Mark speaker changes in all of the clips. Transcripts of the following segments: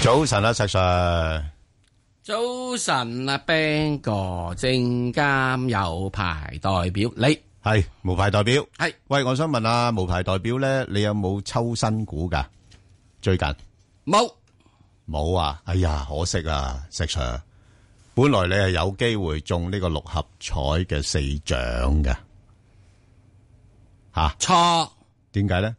Speaker 1: 早晨啊，石 Sir，
Speaker 2: 早晨啊，Bang 哥，證監有牌代表你
Speaker 1: 係無牌代表。
Speaker 2: 係
Speaker 1: 喂，我想問下無牌代表咧，你有冇抽新股噶？最近
Speaker 2: 冇
Speaker 1: 冇啊？哎呀，可惜啊，石 Sir。本來你係有機會中呢個六合彩嘅四獎嘅，吓
Speaker 2: 錯，
Speaker 1: 點解咧？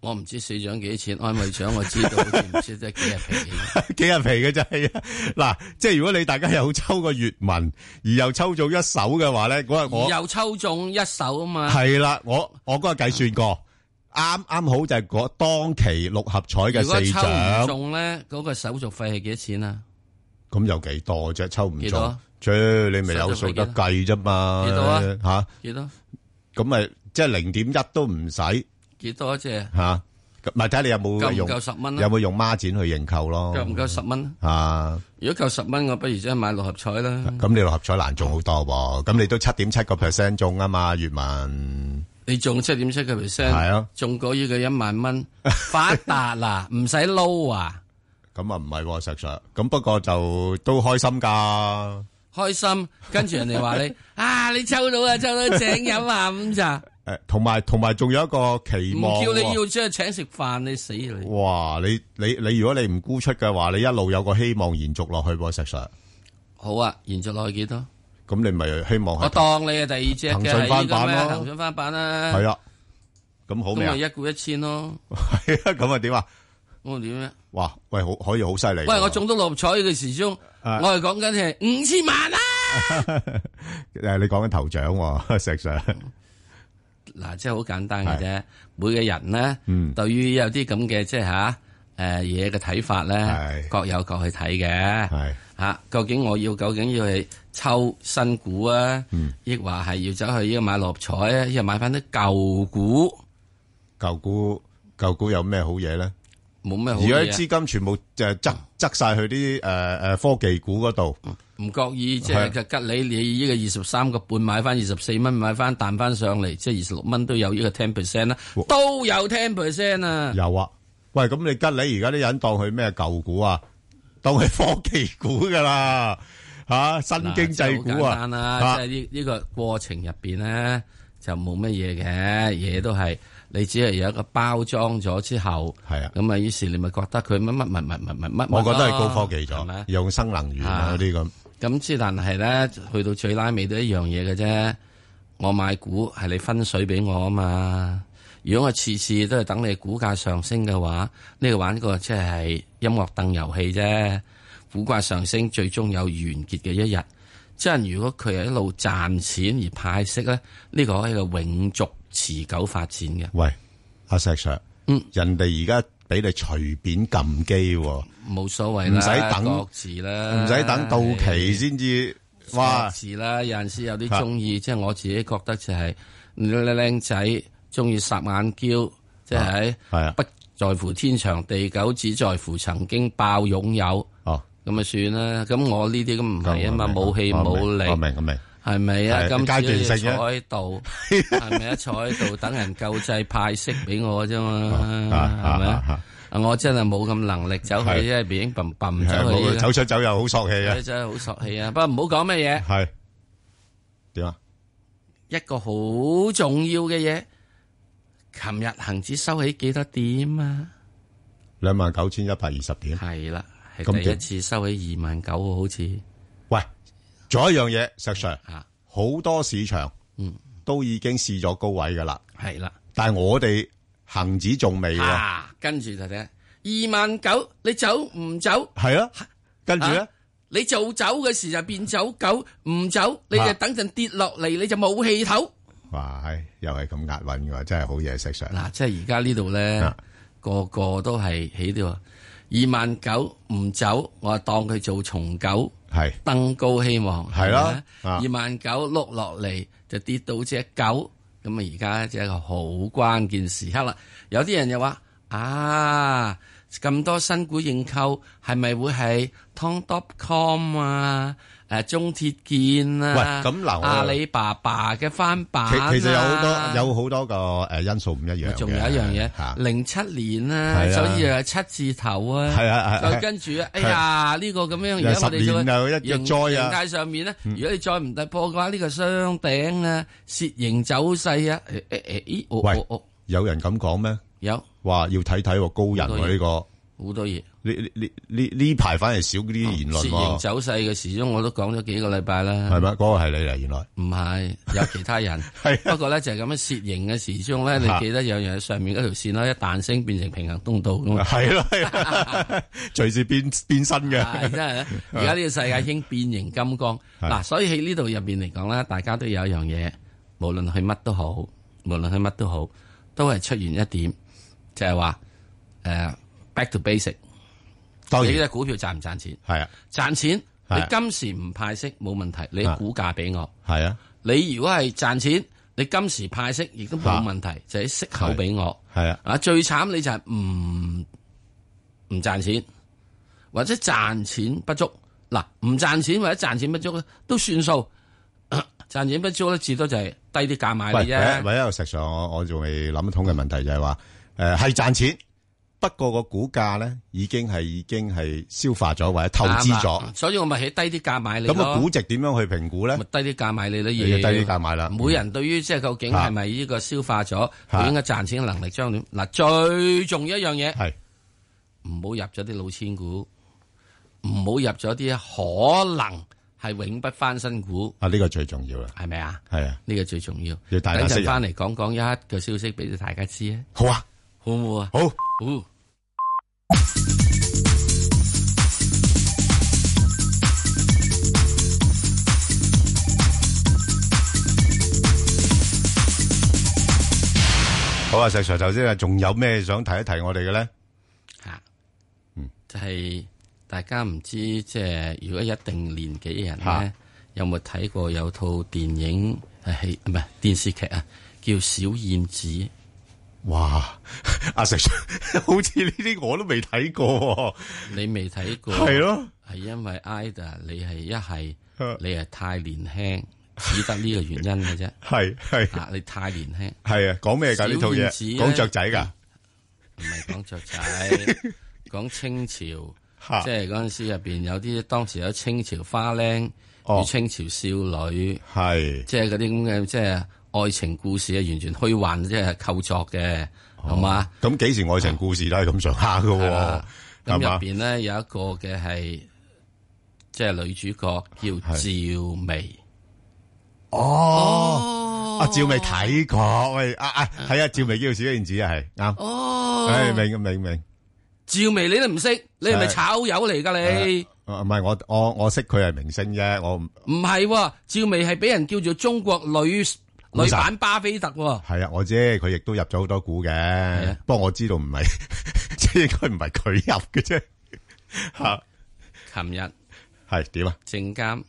Speaker 2: 我唔知四獎幾多錢，安慰獎我知道，好似唔知得幾日皮。
Speaker 1: 幾日皮嘅啫，係啊！嗱，即係如果你大家有抽過粵文，而又抽中一手嘅話咧，嗰日 我
Speaker 2: 又抽中一手啊嘛，
Speaker 1: 係啦，我我嗰日計算過，啱啱好就係嗰當期六合彩嘅
Speaker 2: 如果
Speaker 1: 四
Speaker 2: 抽唔
Speaker 1: 獎，
Speaker 2: 中咧，嗰個手續費係幾多錢啊？
Speaker 1: 咁有幾多啫？抽唔
Speaker 2: 幾
Speaker 1: 中
Speaker 2: 多，
Speaker 1: 切你咪有數得計啫嘛？
Speaker 2: 幾多啊
Speaker 1: 嚇，
Speaker 2: 幾多？
Speaker 1: 咁咪即係零點一都唔使嚇，
Speaker 2: 幾多啫？
Speaker 1: 咁咪睇下你有
Speaker 2: 夠
Speaker 1: 冇
Speaker 2: 唔
Speaker 1: 用
Speaker 2: 夠十蚊
Speaker 1: 有
Speaker 2: 啊？
Speaker 1: 冇用孖展去認購咯？
Speaker 2: 夠唔夠十蚊啊？
Speaker 1: 啊！
Speaker 2: 如果夠十蚊，我不如即係買六合彩啦。
Speaker 1: 咁你六合彩難中好多喎，咁你都7.7個 percent 中啊嘛，粵文
Speaker 2: 你中七點七個 percent，
Speaker 1: 係啊，
Speaker 2: 中嗰呢個一萬蚊，發達啦，唔使撈啊！
Speaker 1: 咁啊唔係喎，石 Sir，咁不過就都開心㗎，
Speaker 2: 開心，跟住人哋 話你啊，你抽到啊，抽到請飲下午茶，
Speaker 1: 誒，同埋同埋仲有一個期
Speaker 2: 唔
Speaker 1: 望喎，
Speaker 2: 叫你要即係請食飯，你死你！
Speaker 1: 哇，你你你如果你唔沽出嘅話，你一路有個希望延續落去喎，石 Sir，
Speaker 2: 好啊，延續落去幾多？
Speaker 1: 咁你咪希望
Speaker 2: 我
Speaker 1: 係
Speaker 2: 當你係第二隻
Speaker 1: 騰
Speaker 2: 嘅
Speaker 1: 訊
Speaker 2: 係
Speaker 1: 翻
Speaker 2: 呢個咩
Speaker 1: 版咯
Speaker 2: 騰訊翻版啦，
Speaker 1: 係啊，咁好
Speaker 2: 咁
Speaker 1: 未啊
Speaker 2: 咪？一股一千咯，
Speaker 1: 係啊， 咁啊點啊？
Speaker 2: 我點咧？
Speaker 1: 哇，喂，好可以好犀利喎，
Speaker 2: 喂，我中到六合彩嘅時鐘，
Speaker 1: 啊
Speaker 2: 我係講緊係五千萬啊啦。
Speaker 1: 誒，你講緊頭獎喎， 石 Sir，
Speaker 2: 嗱，即係好簡單嘅啫。每個人咧，
Speaker 1: 嗯
Speaker 2: 對於有啲咁嘅即係吓誒嘢嘅睇法咧
Speaker 1: 係，
Speaker 2: 各有各去睇嘅。
Speaker 1: 係
Speaker 2: 吓、究竟我要究竟要係抽新股啊，
Speaker 1: 嗯
Speaker 2: 抑或係要走去呢個買六合彩啊，又買翻啲舊股，
Speaker 1: 舊股舊股有咩好嘢咧？
Speaker 2: 冇咩好
Speaker 1: 而
Speaker 2: 嘢
Speaker 1: 家
Speaker 2: 啊
Speaker 1: 啲資金全部就側側晒去啲誒誒科技股嗰度，
Speaker 2: 唔覺意即
Speaker 1: 係
Speaker 2: 係就吉你你呢個二十三個半買翻二十四蚊買翻彈翻上嚟，即係二十六蚊都有呢個 ten percent 啦，都有 ten percent 啊！
Speaker 1: 有啊。喂，咁你吉你而家啲人當佢咩舊股啊？ 當佢科技股噶啦，吓、新
Speaker 2: 嗱
Speaker 1: 經濟
Speaker 2: 即係
Speaker 1: 股
Speaker 2: 好
Speaker 1: 啊
Speaker 2: 簡單，
Speaker 1: 嚇
Speaker 2: 啦，即係呢呢個過程入邊咧就冇乜嘢嘅，嘢都係你只係有一個包裝咗之後。
Speaker 1: 係啊。
Speaker 2: 咁啊，於是你咪覺得佢乜乜乜乜乜乜乜，
Speaker 1: 我覺得係高科技
Speaker 2: 係咪
Speaker 1: 咗，用新能源啊
Speaker 2: 啊
Speaker 1: 嗰啲咁，
Speaker 2: 咁之但係咧，去到最拉尾都一樣嘢嘅啫。我買股係你分水俾我啊嘛。如果我次次都係等你股價上升嘅話，呢個玩個即係音樂凳遊戲啫。股價上升最終有完結嘅一日。即係如果佢係一路賺錢而派息咧，呢個係一個永續持久發展嘅。
Speaker 1: 喂，阿石 Sir，
Speaker 2: 嗯
Speaker 1: 人哋而家俾你隨便撳機喎，
Speaker 2: 冇所謂
Speaker 1: 唔
Speaker 2: 啦，
Speaker 1: 使等
Speaker 2: 各自啦，
Speaker 1: 唔使等到期先至，哇！
Speaker 2: 字啦，有陣時有啲中意，即係我自己覺得就係你靚仔中意霎眼嬌，即係
Speaker 1: 係啊
Speaker 2: 不在乎天長地久，只在乎曾經爆擁有，
Speaker 1: 哦，
Speaker 2: 咁咪算啦。咁我呢啲咁唔係啊嘛，
Speaker 1: 我明
Speaker 2: 冇氣
Speaker 1: 我明
Speaker 2: 冇
Speaker 1: 我
Speaker 2: 力，
Speaker 1: 明我明。
Speaker 2: 係咪啊？
Speaker 1: 係
Speaker 2: 咁
Speaker 1: 階段性啫
Speaker 2: 只要坐喺 度，係咪啊？坐喺度等人救濟派息俾我啫嘛，係咪啊？啊我真係冇咁能力走
Speaker 1: 係
Speaker 2: 去，因為已砰砰
Speaker 1: 係
Speaker 2: 走
Speaker 1: 冇
Speaker 2: 去，
Speaker 1: 走出走又好索氣啊！
Speaker 2: 真係好索氣啊！不過唔好講咩嘢。
Speaker 1: 係點啊？
Speaker 2: 一個好重要嘅嘢，琴日恒指收起幾多點啊？
Speaker 1: 两万九千一百二十點。
Speaker 2: 係啦，
Speaker 1: 咁
Speaker 2: 係第一
Speaker 1: 點
Speaker 2: 次收起二萬九喎，好似
Speaker 1: 喂，仲有一樣嘢，石 Sir，
Speaker 2: 啊，
Speaker 1: 好多市場
Speaker 2: 嗯
Speaker 1: 都已經試咗高位噶啦，
Speaker 2: 係啦，
Speaker 1: 但係我哋恒指仲未喎，
Speaker 2: 啊，跟住就睇二萬九，你走唔走？
Speaker 1: 係啊，跟住咧
Speaker 2: 啊，你做走嘅時就變走狗，唔走你就
Speaker 1: 啊
Speaker 2: 等陣跌落嚟，你就冇氣頭。
Speaker 1: 哇，唉又係咁押韻嘅，真係好嘢，石 Sir。
Speaker 2: 嗱，即係而家呢度咧
Speaker 1: 啊，
Speaker 2: 個個都係起度二萬九唔走，我就當佢做重狗。
Speaker 1: 係
Speaker 2: 登高希望
Speaker 1: 係啦啊
Speaker 2: 二萬九碌落嚟就跌到只狗，咁啊而家就係一個好關鍵時刻啦。有啲人又話啊，咁多新股認購係咪會係 Tom.com 啊、誒中鐵建啊、
Speaker 1: 喂咁嗱我
Speaker 2: 阿里巴巴嘅翻版、啊，
Speaker 1: 其其實有好多有好多個誒因素唔一樣嘅
Speaker 2: 仲有一樣
Speaker 1: 嚇
Speaker 2: 嘢，零七年啦，
Speaker 1: 係啊
Speaker 2: 所以啊七字頭
Speaker 1: 係
Speaker 2: 啊
Speaker 1: 啊， 係啊
Speaker 2: 就跟住啊，哎呀呢個咁樣，而家我哋
Speaker 1: 有
Speaker 2: 就
Speaker 1: 十年又一
Speaker 2: 形
Speaker 1: 一災
Speaker 2: 形
Speaker 1: 啊
Speaker 2: 態上面咧，如果你再唔突破嘅話，呢個雙頂啊、楔形走勢啊，誒誒誒，咦，我
Speaker 1: 喂
Speaker 2: 我我
Speaker 1: 有人咁講咩？
Speaker 2: 有
Speaker 1: 話要睇睇喎高人喎呢個。
Speaker 2: 好多嘢。
Speaker 1: 呢呢呢呢呢排反而少啲言論
Speaker 2: 楔形
Speaker 1: 喎，
Speaker 2: 走勢嘅時鐘我都講咗幾個禮拜啦，
Speaker 1: 係咪？嗰個係你嚟，原 來。
Speaker 2: 唔係有其他人
Speaker 1: 係啊
Speaker 2: 不過咧就係咁樣楔形嘅時鐘咧，
Speaker 1: 嚇
Speaker 2: 你記得有樣嘢上面嗰條線啦，一彈升變成平行通道咁 嘛。
Speaker 1: 係咯係 啊，隨時變變身
Speaker 2: 係
Speaker 1: 嘅，
Speaker 2: 真係咧，而家呢個世界已經變形金剛
Speaker 1: 係
Speaker 2: 嗱，所以喺呢度入邊嚟講咧，大家都有一樣嘢，無論去乜都好，無論去乜都好，都係出現一點，就係話誒 back to basic，
Speaker 1: 當
Speaker 2: 你呢
Speaker 1: 然
Speaker 2: 只股票賺唔賺錢？
Speaker 1: 係啊
Speaker 2: 賺錢，你
Speaker 1: 係
Speaker 2: 今時唔派息冇問題，你
Speaker 1: 係
Speaker 2: 股價俾我，
Speaker 1: 係啊
Speaker 2: 你如果係賺錢，你今時派息亦都冇問題，就喺息口俾我。
Speaker 1: 係啊，
Speaker 2: 啊，最慘你就係唔唔賺錢，或者賺錢不足。嗱，唔賺錢或者賺錢不足咧，都算數。 賺錢不足咧，至多就係低啲價買
Speaker 1: 喂，
Speaker 2: 你
Speaker 1: 唯一
Speaker 2: 啫。
Speaker 1: 唯一個實上我我仲未諗得通嘅問題就係話，誒係賺錢，不過個股價咧已經係已經係消化咗或者透支
Speaker 2: 啱啊
Speaker 1: 咗，
Speaker 2: 所以我咪喺低啲價買你
Speaker 1: 咁個
Speaker 2: 咯
Speaker 1: 估。值點樣去評估咧
Speaker 2: 咪？低啲價買你咯，
Speaker 1: 你要低啲價買啦
Speaker 2: 每人對於即係究竟係咪呢個消化咗，佢應該賺錢嘅能力將點？嗱，最重要一樣嘢，
Speaker 1: 係
Speaker 2: 唔好入咗啲老千股，唔好入咗啲可能係永不翻身股，
Speaker 1: 啊，呢個最重要啦，
Speaker 2: 係咪啊？
Speaker 1: 係啊，
Speaker 2: 呢個最重要。
Speaker 1: 要
Speaker 2: 等
Speaker 1: 大大識人
Speaker 2: 陣翻嚟講講一個消息俾大家知啊，
Speaker 1: 好啊，
Speaker 2: 好唔好啊？
Speaker 1: 好，
Speaker 2: 好。
Speaker 1: 好啊，石 Sir，頭先啊，仲有咩想提一提我哋嘅咧？
Speaker 2: 吓，
Speaker 1: 嗯，
Speaker 2: 就係大家唔知即係如果一定年紀嘅人咧
Speaker 1: 嚇，
Speaker 2: 有冇睇過有套電影係戲唔係電視劇啊，叫《小燕子》。
Speaker 1: 哇！阿石 Sir，好似呢啲我都未睇過
Speaker 2: 你未睇過？
Speaker 1: 喎， 係，咯，
Speaker 2: 係因為 Ida 你係一係
Speaker 1: 啊
Speaker 2: 你係太年輕，只得呢個原因嘅啫。
Speaker 1: 係係
Speaker 2: 啊，你太年輕。
Speaker 1: 係啊，講咩㗎呢套
Speaker 2: 小
Speaker 1: 嘢
Speaker 2: 燕子？嗯咧
Speaker 1: 講雀仔㗎，
Speaker 2: 唔係講雀仔， 講清朝，
Speaker 1: 嚇
Speaker 2: 即係嗰陣時入邊有啲當時有清朝花靚
Speaker 1: 哦
Speaker 2: 與清朝少女，
Speaker 1: 係
Speaker 2: 即係嗰啲咁嘅即係愛情故事係完全虛幻，即係構作嘅，
Speaker 1: 哦
Speaker 2: 好嘛？
Speaker 1: 咁幾時愛情故事都係咁上下㗎
Speaker 2: 係
Speaker 1: 喎
Speaker 2: 啦，咁
Speaker 1: 係
Speaker 2: 入
Speaker 1: 嘛？
Speaker 2: 邊咧有一個嘅係即係女主角叫趙薇，
Speaker 1: 哦，阿趙薇睇過，喂，啊啊，係啊，趙薇叫小燕子啊，係啱，
Speaker 2: 哦，
Speaker 1: 誒，明明明，
Speaker 2: 趙薇你都唔識，你係咪
Speaker 1: 係
Speaker 2: 炒友嚟㗎你？
Speaker 1: 啊唔係我我我識佢係明星啫，我唔
Speaker 2: 唔係喎，趙薇係俾人叫做中國女
Speaker 1: 股神
Speaker 2: 女版巴菲特喎。
Speaker 1: 係啊，我知佢亦都入咗好多股嘅
Speaker 2: 啊，
Speaker 1: 不過我知道唔係， 即係應該唔係佢入嘅啫，嚇，
Speaker 2: 琴日
Speaker 1: 係點啊？
Speaker 2: 證監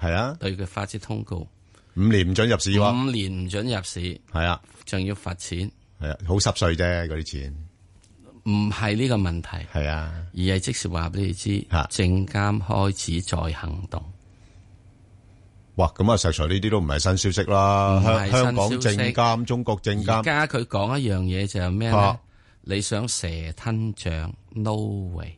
Speaker 1: 係啊。
Speaker 2: 對佢發出通告，
Speaker 1: 五年唔准入市喎，
Speaker 2: 五年唔准入市，
Speaker 1: 係啊，
Speaker 2: 仲要罰錢，
Speaker 1: 係啊，好濕碎啫，嗰啲錢，
Speaker 2: 唔係呢個問題，
Speaker 1: 係啊，
Speaker 2: 而係即時話俾你知，
Speaker 1: 嚇
Speaker 2: 證監開始在行動。
Speaker 1: 哇，咁啊，石 Sir 呢啲都唔係新消息啦，
Speaker 2: 唔
Speaker 1: 香
Speaker 2: 係新
Speaker 1: 香港
Speaker 2: 消息
Speaker 1: 證監、中國證
Speaker 2: 而
Speaker 1: 監，
Speaker 2: 家佢講一樣嘢就係咩咧
Speaker 1: 嚇？
Speaker 2: 你想蛇吞象？No way！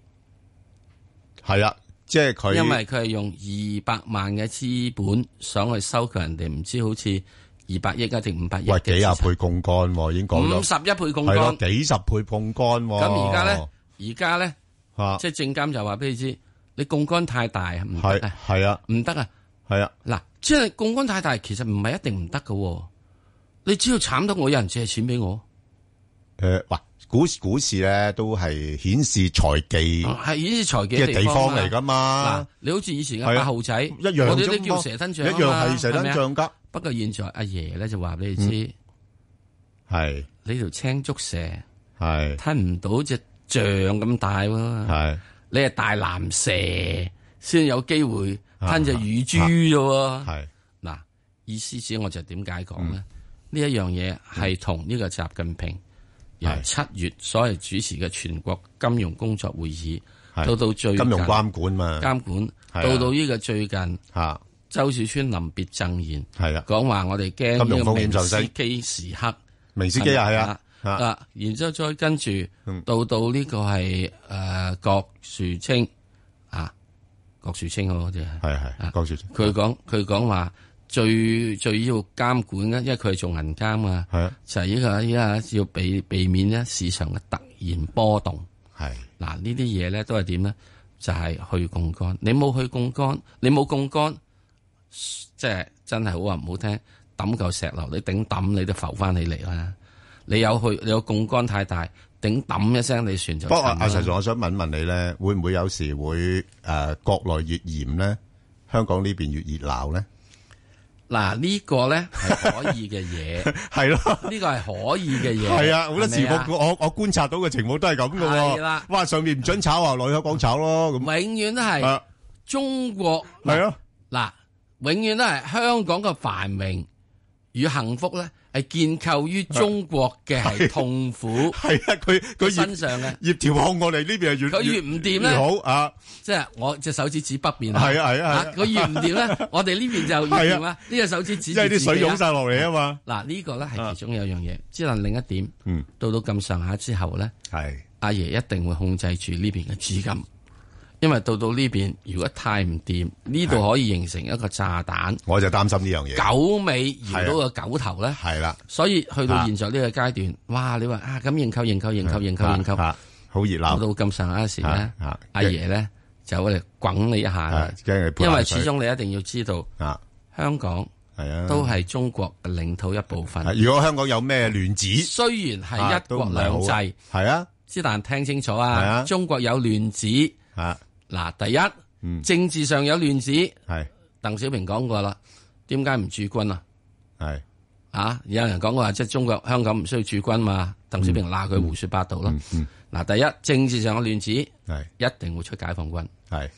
Speaker 1: 係啊，即係佢，
Speaker 2: 因為佢係用二百萬嘅資本想去收購人哋，唔知好似二百億啊定五百億
Speaker 1: 喂
Speaker 2: 嘅
Speaker 1: 幾廿
Speaker 2: 資
Speaker 1: 倍
Speaker 2: 產，
Speaker 1: 槓桿喎，已經講
Speaker 2: 五
Speaker 1: 咗，
Speaker 2: 十一倍槓
Speaker 1: 係咯
Speaker 2: 桿。，
Speaker 1: 幾十倍槓桿喎，
Speaker 2: 咁而家咧，而家咧，
Speaker 1: 嚇，
Speaker 2: 即係證監就話俾你知，你槓桿太大啊唔
Speaker 1: 係
Speaker 2: 得啊！
Speaker 1: 係啊，
Speaker 2: 唔得啊！
Speaker 1: 係啊，
Speaker 2: 嗱，即係槓桿太大，其實唔係一定唔得嘅。你只要慘得我有人借錢俾我，
Speaker 1: 誒，哇，股股市咧都係顯示財技
Speaker 2: 啊係呢啲財技
Speaker 1: 嘅
Speaker 2: 嘅
Speaker 1: 地方嚟㗎嘛
Speaker 2: 嗱，，你好似以前
Speaker 1: 係
Speaker 2: 嘅
Speaker 1: 啊
Speaker 2: 八號仔，
Speaker 1: 一樣
Speaker 2: 我哋
Speaker 1: 啫
Speaker 2: 都
Speaker 1: 嘛
Speaker 2: 叫蛇吞象
Speaker 1: 一
Speaker 2: 啊嘛
Speaker 1: 樣係蛇
Speaker 2: 係咪
Speaker 1: 吞
Speaker 2: 啊
Speaker 1: 象嗯㗎，
Speaker 2: 不過現在阿爺咧就話俾你知，
Speaker 1: 係
Speaker 2: 你條青竹蛇
Speaker 1: 係
Speaker 2: 吞唔到只象咁大喎，
Speaker 1: 係。
Speaker 2: 你係大藍蛇先有機會吞隻
Speaker 1: 啊
Speaker 2: 乳豬啫喎。
Speaker 1: 係
Speaker 2: 嗱，
Speaker 1: 嗯
Speaker 2: 意思指我就點解講咧？呢一樣嘢係同呢個習近平由
Speaker 1: 係
Speaker 2: 七月所謂主持嘅全國金融工作會議，
Speaker 1: 係
Speaker 2: 到到最
Speaker 1: 金融
Speaker 2: 近
Speaker 1: 監管嘛，
Speaker 2: 監管，
Speaker 1: 係啊
Speaker 2: 到到呢個最近
Speaker 1: 吓
Speaker 2: 周小川臨別贈言，
Speaker 1: 係啊，
Speaker 2: 講話我哋驚
Speaker 1: 金融
Speaker 2: 呢個
Speaker 1: 風險
Speaker 2: 明
Speaker 1: 上升
Speaker 2: 斯基時刻。
Speaker 1: 明斯基啊，係啊，吓
Speaker 2: 啊，然之後再跟住
Speaker 1: 嗯
Speaker 2: 到到呢個係誒郭樹清啊，郭樹清好似係
Speaker 1: 係係，郭樹
Speaker 2: 佢講佢講話最最要監管咧，因為佢係做銀監嘛，
Speaker 1: 係啊，
Speaker 2: 就係呢個依家要避避免咧市場嘅突然波動。
Speaker 1: 係
Speaker 2: 嗱呢啲嘢咧都係點咧？就係去槓桿，你冇去槓桿，你冇槓桿，即係真係好話唔好聽，抌嚿石頭，你頂抌你都浮翻起嚟啦。你有去，你有槓桿太大，頂抌一聲你船就
Speaker 1: 不過
Speaker 2: 沉啦
Speaker 1: 阿 Sir，我想問一問你咧，會唔會有時會诶國內越嚴咧，香港呢邊越熱鬧咧？
Speaker 2: 嗱呢個咧係可以嘅嘢，
Speaker 1: 係咯。
Speaker 2: 呢個係可以嘅嘢。
Speaker 1: 係啊，好多時
Speaker 2: 係咪啊
Speaker 1: 我我我观察到嘅情況都係咁嘅喎。
Speaker 2: 係啦
Speaker 1: 哇，上面唔准炒啊，落去香港炒咯咁。
Speaker 2: 永遠都係
Speaker 1: 啊，
Speaker 2: 中國
Speaker 1: 係啊咯，
Speaker 2: 嗱，永遠都係香港嘅繁榮與幸福咧，係建構於中國嘅係痛苦。
Speaker 1: 係啊，佢佢
Speaker 2: 身
Speaker 1: 越
Speaker 2: 上嘅，
Speaker 1: 越調控我哋呢邊係越
Speaker 2: 佢越唔掂咧
Speaker 1: 越好啊，
Speaker 2: 即係我隻手指指北邊
Speaker 1: 係啊係啊係啊
Speaker 2: 佢越唔 掂咧，我哋呢邊就越掂
Speaker 1: 係
Speaker 2: 啦。呢隻手指指
Speaker 1: 因
Speaker 2: 住
Speaker 1: 為
Speaker 2: 自
Speaker 1: 啲
Speaker 2: 己
Speaker 1: 水
Speaker 2: 啦
Speaker 1: 湧晒落嚟啊嘛。
Speaker 2: 嗱，呢個咧係
Speaker 1: 啊
Speaker 2: 其中有樣嘢，只能另一點。
Speaker 1: 嗯，
Speaker 2: 到到咁上下之後咧，
Speaker 1: 係
Speaker 2: 阿爺一定會控制住呢邊嘅資金，因為到到呢邊如果太唔掂，呢度可以形成一個炸彈，
Speaker 1: 我就擔心呢樣嘢。
Speaker 2: 九尾搖到個九頭咧。
Speaker 1: 係啊啦，
Speaker 2: 所以去到現在呢個階段，哇！你話啊咁認購、認購、認購、認購、認購，
Speaker 1: 啊，啊好熱
Speaker 2: 到
Speaker 1: 鬧
Speaker 2: 到咁上下時咧
Speaker 1: 啊啊，
Speaker 2: 阿爺咧就嚟滾你一下啦
Speaker 1: 啊，因為
Speaker 2: 因為始終你一定要知道，
Speaker 1: 啊，
Speaker 2: 香港
Speaker 1: 係啊，
Speaker 2: 都係中國嘅領土一部分
Speaker 1: 啊。如果香港有咩亂子，
Speaker 2: 雖然係一國兩制，
Speaker 1: 啊係啊，
Speaker 2: 之但聽清楚
Speaker 1: 係
Speaker 2: 啊！
Speaker 1: 啊
Speaker 2: 中國有亂子，
Speaker 1: 啊
Speaker 2: 嗱，第一
Speaker 1: 嗯
Speaker 2: 政治上有亂子，
Speaker 1: 係
Speaker 2: 鄧小平講過啦，點解唔駐軍啊？
Speaker 1: 係
Speaker 2: 啊，有人講過話，即係中國香港唔需要駐軍嘛？鄧小
Speaker 1: 嗯
Speaker 2: 平鬧佢胡說八道啦。嗱，第一政治上有亂子，一
Speaker 1: 係
Speaker 2: 定會出解放軍。
Speaker 1: 係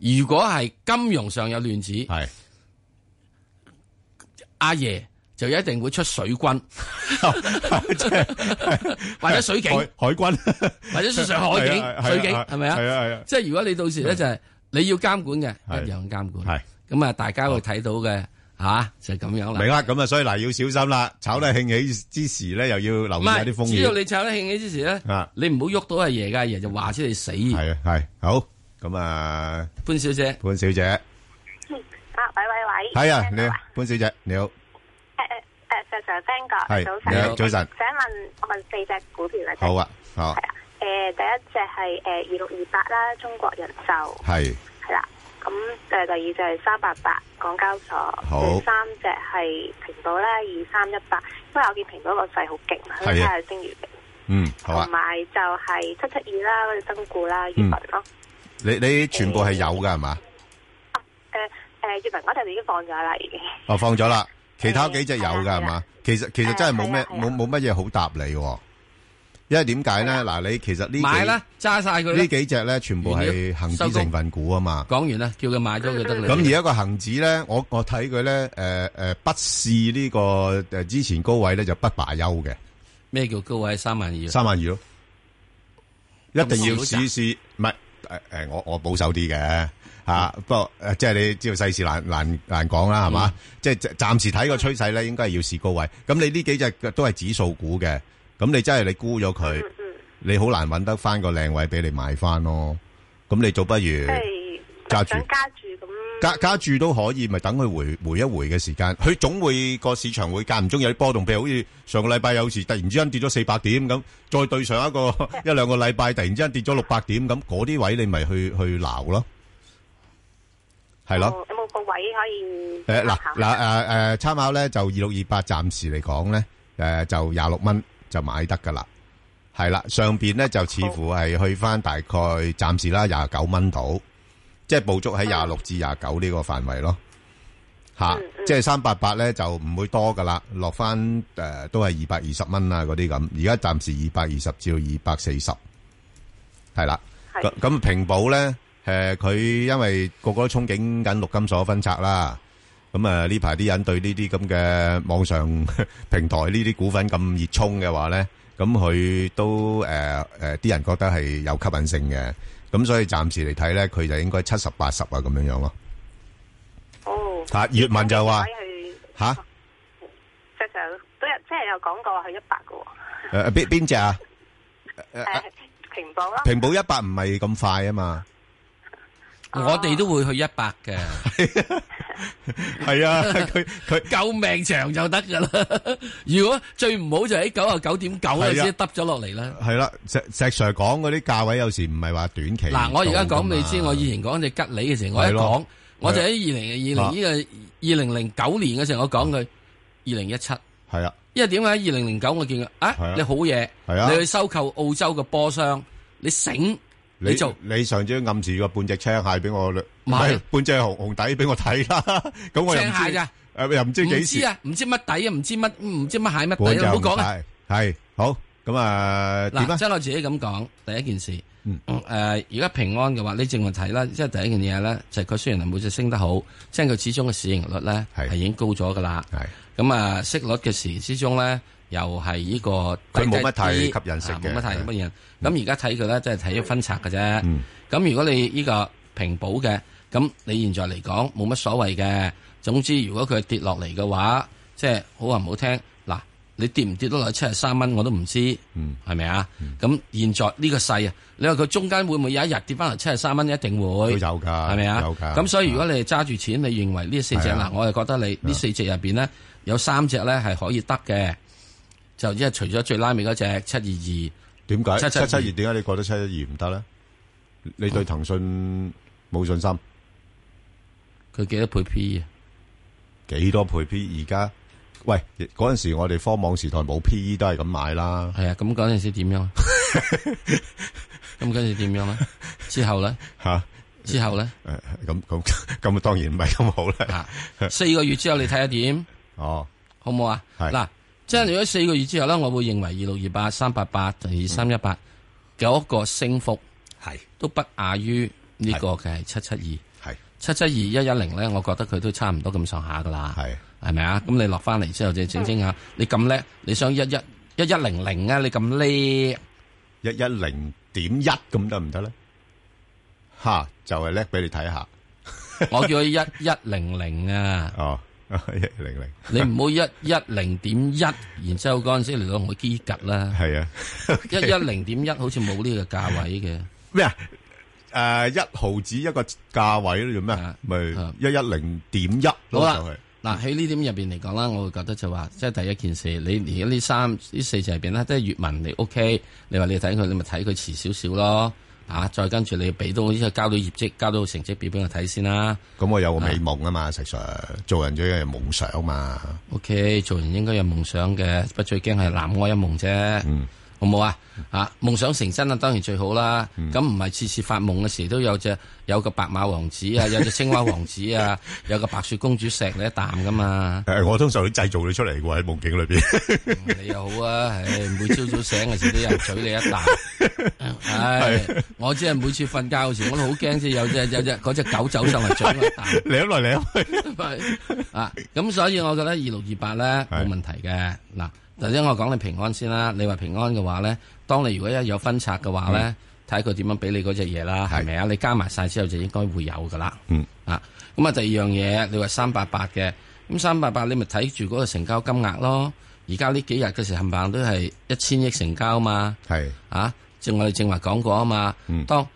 Speaker 2: 如果係金融上有亂子，
Speaker 1: 係，
Speaker 2: 阿爺就一定會出水 軍，或者水警，
Speaker 1: 海海軍
Speaker 2: 或者出 上海
Speaker 1: 係啊
Speaker 2: 警、
Speaker 1: 係啊
Speaker 2: 水警，
Speaker 1: 係啊
Speaker 2: 係咪
Speaker 1: 係
Speaker 2: 啊？
Speaker 1: 啊係啊，
Speaker 2: 即係如果你到時咧就係你要監管嘅，
Speaker 1: 係
Speaker 2: 一樣監管。
Speaker 1: 係。
Speaker 2: 咁啊，大家會睇到嘅吓就係咁樣啦。
Speaker 1: 明啦，咁啊，所以嗱，要小心啦，炒得興起
Speaker 2: 唔
Speaker 1: 之時呢，又要留意下啲風
Speaker 2: 係，
Speaker 1: 險。
Speaker 2: 只要你炒得興起之時咧
Speaker 1: 啊，
Speaker 2: 你唔好喐到阿爺嘅，阿爺就話知你死。
Speaker 1: 係啊，係，好，咁啊，潘小姐，
Speaker 2: 潘小姐，
Speaker 3: 啊，喂喂喂，聽到
Speaker 1: 係啊，你好，
Speaker 3: 啊
Speaker 1: 潘小姐，你好，
Speaker 3: 誒誒誒，石 Sir 聽過，
Speaker 1: 係，
Speaker 3: 早
Speaker 2: 你好，
Speaker 3: 晨
Speaker 1: 你好，早晨，
Speaker 3: 想問我問四隻股票嘅啫，
Speaker 1: 好啊，好，
Speaker 3: 係啊，誒第一隻係誒二六二八啦，中國人壽係啦，咁誒第二隻係三八八港交所，
Speaker 1: 好
Speaker 3: 第三隻係平保啦，二三一八，因為我見平保個勢好勁，
Speaker 1: 係啊
Speaker 3: 想睇下升完未，
Speaker 1: 係，嗯，好啊，嗯
Speaker 3: 同埋就係七七二啦，嗰隻新股啦，粵文咯，
Speaker 1: 你-你全部係有㗎，係嘛？哦，放咗啦，
Speaker 3: 誒誒粵文嗰隻已經放咗啦，已經。
Speaker 1: 哦其他幾隻有㗎，係嘛？其實-其實真係冇咩-
Speaker 3: 係啊，係啊。
Speaker 1: 冇-冇乜嘢好答你喎，因為點解呢？嗱，你其實呢幾-
Speaker 2: 買啦，揸晒佢啦。
Speaker 1: 呢幾隻呢，全部係
Speaker 2: 完了，
Speaker 1: 恆指
Speaker 2: 收工。
Speaker 1: 成分股啊嘛。
Speaker 2: 講完啦，叫佢買咗佢得啦。
Speaker 1: 咁而家個恒指咧，我我睇佢咧，诶、诶，不試呢、個诶之前高位咧就不罷休嘅，
Speaker 2: 咩叫高位三萬二？啊
Speaker 1: 三萬二咯，一定要
Speaker 2: 咁少
Speaker 1: 試試，唔係诶诶，我我保守啲嘅
Speaker 2: 嗯
Speaker 1: 吓，不過诶、即係你知道世事難難難講啦，係嘛？
Speaker 2: 嗯
Speaker 1: 即係暫時睇個趨勢咧，應該係要試高位。咁你呢幾隻都係指數股嘅，咁你真係你沽咗佢，
Speaker 3: 嗯嗯，
Speaker 1: 你好難揾得翻個靚位俾你買翻咯。咁你做不如
Speaker 3: 即係
Speaker 1: 揸住
Speaker 3: 想加住 咁。
Speaker 1: 加加注都可以，咪等佢回回一回嘅時間，佢總會個市場會間唔中有啲波動，譬如好似上個禮拜有時突然之間跌咗四百點咁，再對上一個一兩個禮拜突然之間跌咗六百點咁，嗰啲位你咪去去鬧咯，係咯。
Speaker 3: 哦有冇個位可以
Speaker 1: 诶嗱
Speaker 3: 參考
Speaker 1: 嗱诶诶，参考咧就二六二八，暫時嚟講咧，诶、就廿六蚊就買得噶啦，係啦，上边咧就似乎係去翻大概暫時啦廿九蚊度，即係捕捉喺廿六至廿九呢個範圍咯，吓、
Speaker 3: 嗯嗯
Speaker 1: 即係三八八咧就唔會多噶啦，落翻诶、誒都係二百二十蚊啊嗰啲咁，而家暫時二百二十至到二百四十，係啦。
Speaker 3: 係
Speaker 1: 咁咁 平保咧，诶，佢因為個個都憧憬緊陸金所分拆啦，咁啊呢排啲人對呢啲咁嘅網上平台呢啲股份咁熱衷嘅話咧，咁佢都誒誒啲人覺得係有吸引性嘅，咁所以暫時嚟睇咧，佢就應該七十八十啊咁樣樣咯。
Speaker 3: 哦，
Speaker 1: 啊，葉問就話
Speaker 3: 可以去
Speaker 1: 吓
Speaker 3: 即係就都有，即係有講過去一百
Speaker 1: 誒
Speaker 3: 嘅喎。
Speaker 1: 邊邊只啊？
Speaker 3: 誒平保啦，
Speaker 1: 平保一百唔係咁快啊嘛。
Speaker 2: 我哋都會去一百嘅，
Speaker 1: 係啊，佢佢
Speaker 2: 救命長就得噶啦。 如果最唔好就喺九啊九點九啦，
Speaker 1: 係啊
Speaker 2: 先耷咗落嚟啦。
Speaker 1: 係啦，石石 Sir 講嗰啲價位有時唔係話短期。
Speaker 2: 嗱，我而家講俾你知，我以前講只吉利嘅時候，我一
Speaker 1: 係咯
Speaker 2: 講，我就喺二零二零呢個二零零九年嘅時候，我講佢二零一七，
Speaker 1: 係啊，
Speaker 2: 因為點解二零零九我見佢啊
Speaker 1: 係啊，
Speaker 2: 你好嘢，
Speaker 1: 係啊
Speaker 2: 你去收購澳洲嘅波箱，你醒，
Speaker 1: 你
Speaker 2: 你做
Speaker 1: 你上次都暗示個半隻青蟹俾我，唔
Speaker 2: 係
Speaker 1: 係半隻紅紅底俾我睇啦。 咁我又唔
Speaker 2: 青蟹
Speaker 1: 知
Speaker 2: 咋
Speaker 1: 誒又唔知
Speaker 2: 唔
Speaker 1: 幾
Speaker 2: 知
Speaker 1: 時。
Speaker 2: 啊，唔知乜底啊，唔知乜唔知乜蟹乜
Speaker 1: 我
Speaker 2: 底
Speaker 1: 就
Speaker 2: 啊，唔好講啊。
Speaker 1: 係係好咁啊？點
Speaker 2: 嗱，
Speaker 1: 啊
Speaker 2: 即？係我自己咁講，第一件事，
Speaker 1: 嗯
Speaker 2: 誒、而家平安嘅話，你正話睇啦，即係第一件嘢咧，就係佢雖然係每隻升得好，即係佢始終嘅市盈率咧
Speaker 1: 係
Speaker 2: 係已經高咗噶啦。
Speaker 1: 係
Speaker 2: 咁啊，息率嘅時之中咧，又係呢個
Speaker 1: 佢
Speaker 2: 低
Speaker 1: 冇乜太
Speaker 2: 低啲
Speaker 1: 吸引性
Speaker 2: 啊
Speaker 1: 嘅
Speaker 2: 冇乜太
Speaker 1: 係
Speaker 2: 吸引人。咁而家睇佢咧，即係睇咗分拆嘅啫。
Speaker 1: 嗯
Speaker 2: 咁如果你呢個平保嘅，咁你現在嚟講冇乜所謂嘅。總之，如果佢跌落嚟嘅話，即係好話唔好聽，嗱，你跌唔跌得落七十三蚊我都唔知，
Speaker 1: 嗯
Speaker 2: 係咪啊？咁現在呢個勢啊，你話佢中間會唔會有一日跌翻落七十三蚊？一定
Speaker 1: 都
Speaker 2: 會，
Speaker 1: 有㗎，
Speaker 2: 係咪啊？
Speaker 1: 有㗎。
Speaker 2: 咁所以如果你係揸住錢，你認為呢四隻
Speaker 1: 係啊
Speaker 2: 嗱，我就覺得你呢四隻入邊咧有三隻咧係可以得嘅，就即係除咗最拉尾嗰隻七
Speaker 1: 點解七
Speaker 2: 772
Speaker 1: 七二？點解你覺得七七二唔得咧？你對騰訊冇信心？
Speaker 2: 二二，佢幾多倍 P 啊？
Speaker 1: 幾多倍 P 而家？喂，嗰陣時我哋科網時代冇 P E 都係咁買啦，
Speaker 2: 係啊，咁嗰陣時 點樣啊？咁跟住點樣咧？之後咧？
Speaker 1: 吓
Speaker 2: 之後咧？
Speaker 1: 誒咁 咁咁當然唔係咁 好啦。
Speaker 2: 啊，四個月之後你睇下點，
Speaker 1: 哦，
Speaker 2: 好唔好啊？
Speaker 1: 係
Speaker 2: 嗱，即係如果四個月之後咧，我會認為二六二八、三八八同二三一八有一個升幅
Speaker 1: 係
Speaker 2: 都不亞於呢個嘅七七二。
Speaker 1: 係
Speaker 2: 七七二一一零咧，我覺得佢都差唔多咁上下噶啦，
Speaker 1: 係
Speaker 2: 係咪啊？咁你落翻嚟之後就整整下，你咁叻，你想一一一一零零啊？你咁叻，
Speaker 1: 一一零點一咁得唔得咧？吓，就係叻俾你睇下
Speaker 2: 我叫佢一一零零啊！
Speaker 1: 哦， 一零零
Speaker 2: 你唔好一一零點一，然之後嗰陣時嚟到我基吉 啦，
Speaker 1: 係啊。
Speaker 2: 一一零點一好似冇呢個價位嘅，
Speaker 1: 咩啊？诶，一毫子一個價位咯，做咩啊
Speaker 2: 啊？
Speaker 1: 咪
Speaker 2: 啊
Speaker 1: 一一零點一
Speaker 2: 好
Speaker 1: 咯，
Speaker 2: 啦
Speaker 1: 就係
Speaker 2: 嗱喺呢點入邊嚟講啦，我會覺得就話，即係第一件事，你而家呢三呢四隻入邊咧，即係粵文你 OK，你話你睇佢，你咪睇佢遲少少咯，啊，再跟住你俾到呢個交到業績，交到成績表俾我睇先啦。
Speaker 1: 咁我有個美夢啊嘛，石 Sir，做人最緊要有夢想嘛。
Speaker 2: OK，做人應該有夢想嘅，不最驚係南柯一夢啫，好冇啊？啊，夢想成真啊，當然最好啦。咁唔係次次發夢嘅時都有隻有個白馬王子啊，有隻青蛙王子啊，有個白雪公主錫你一啖噶嘛。
Speaker 1: 诶，我通常都製造你出嚟嘅喎喺夢境裏 邊。
Speaker 2: 你又好啊，唉，每朝早醒嘅時都有人嘴你一啖。唉，我只係每次瞓覺嘅時，我都好驚，即係有隻有隻嗰只狗走上嚟嘴我一啖。
Speaker 1: 你諗來你去，
Speaker 2: 啊，咁所以我覺得二六二八咧冇問題嘅。嗱，頭先我講你平安先啦，你話平安嘅話咧，當你如果一有分拆嘅話咧，睇佢點樣俾你嗰只嘢啦，
Speaker 1: 嗯係
Speaker 2: 係咪啊？你加埋晒之後就應該會有噶啦。
Speaker 1: 嗯，
Speaker 2: 啊，咁啊第二樣嘢，你話三八八嘅，咁三八八你咪睇住嗰個成交金額咯。而家呢幾日嘅時候冚唪唥都係一千億成交嘛，
Speaker 1: 係
Speaker 2: 啊，正我哋正話講過啊嘛。
Speaker 1: 嗯
Speaker 2: 當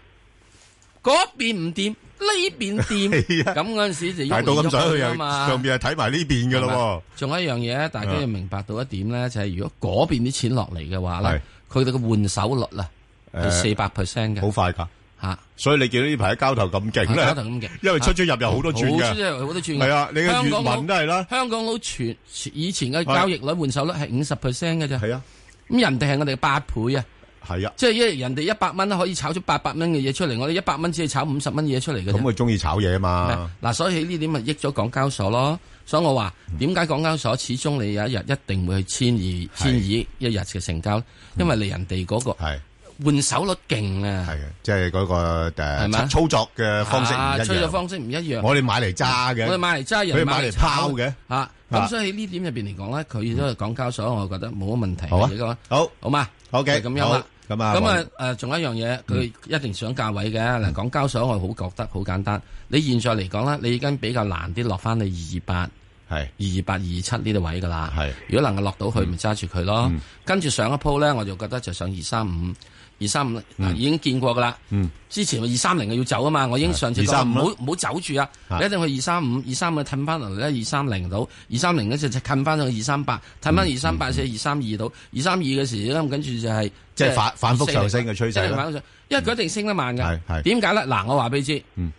Speaker 2: 嗰邊唔掂，呢邊掂，
Speaker 1: 係啊
Speaker 2: 咁嗰陣時就
Speaker 1: 大
Speaker 2: 喐
Speaker 1: 到
Speaker 2: 嚟
Speaker 1: 咁上去
Speaker 2: 喐去
Speaker 1: 又
Speaker 2: 啊嘛。
Speaker 1: 上边係睇埋呢邊嘅咯
Speaker 2: 仲有一樣嘢，大家
Speaker 1: 啊
Speaker 2: 要明白到一點咧，就係如果嗰邊啲錢落嚟嘅話咧，佢哋嘅換手率啊
Speaker 1: 誒
Speaker 2: 係四百 percent
Speaker 1: 喎，好
Speaker 2: 嘅
Speaker 1: 快㗎。
Speaker 2: 嚇，
Speaker 1: 所以你見到呢排交投咁勁
Speaker 2: 搞
Speaker 1: 咧，
Speaker 2: 到咁嘅，
Speaker 1: 因為出出入入好多轉
Speaker 2: 啊好
Speaker 1: 嘅，
Speaker 2: 出好多轉嘅
Speaker 1: 係啊，你嘅
Speaker 2: 香
Speaker 1: 粵
Speaker 2: 港
Speaker 1: 文都
Speaker 2: 佬
Speaker 1: 係啦，
Speaker 2: 香港佬全以前嘅交易率換手率係五十 percent 嘅啫，
Speaker 1: 係啊，
Speaker 2: 咁人哋係我哋八倍啊，
Speaker 1: 係啊，
Speaker 2: 即係因為人哋一百蚊可以炒出八百蚊嘅嘢出嚟，我哋一百蚊只係炒五十蚊嘢出嚟嘅
Speaker 1: 咁啊
Speaker 2: 啫。
Speaker 1: 佢中意炒嘢嘛，
Speaker 2: 嗱，所以呢點咪益咗港交所咯。
Speaker 1: 嗯
Speaker 2: 所以我話點解港交所始終你有一日一定會去千二、千二一日嘅成交，因為你人哋嗰個
Speaker 1: 係
Speaker 2: 換手率勁啊，
Speaker 1: 係啊，即係嗰個，誒，
Speaker 2: 係咪啊？
Speaker 1: 操作嘅方式唔一樣。
Speaker 2: 啊吹嘅方式唔一樣。
Speaker 1: 我哋買嚟揸嘅。
Speaker 2: 我哋買嚟揸人，
Speaker 1: 佢買嚟拋嘅
Speaker 2: 嚇。
Speaker 1: 啊嗯
Speaker 2: 咁所以呢點入邊嚟講咧，佢都係港交所，我覺得冇乜問題。
Speaker 1: 好啊
Speaker 2: 而家講
Speaker 1: 好，
Speaker 2: 好嘛
Speaker 1: OK，
Speaker 2: 就咁樣啦。
Speaker 1: 好，咁啊，
Speaker 2: 咁啊誒，仲有一樣嘢，佢一定想價位嘅。嗱，港交所我好覺得好簡單。你現在嚟講啦，你已經比較難啲落翻去二二八、
Speaker 1: 黃-係，係，
Speaker 2: 二二八、二七呢啲位噶啦。如果能夠落
Speaker 1: 嗯
Speaker 2: 到去，咪揸住佢咯。跟住上一鋪咧，我就覺得就上二三五、二三五嗱已經見過噶啦。
Speaker 1: 嗯
Speaker 2: 之前二三零嘅要走啊嘛，我已經上次講
Speaker 1: 235
Speaker 2: 唔
Speaker 1: 啦
Speaker 2: 好唔好走住啊，
Speaker 1: 啊
Speaker 2: 你一定去二三五、二三五褪翻落嚟咧，二三零到二三零嗰時就褪翻去二三八，褪翻二三八至二三二到二三二嘅時咧，咁跟住就係
Speaker 1: 嗯即係反反覆上升嘅趨勢啦嗯
Speaker 2: 即係反覆上因為佢一定升得慢
Speaker 1: 係係
Speaker 2: 㗎。點解咧？嗱，我話俾你知
Speaker 1: 嗯，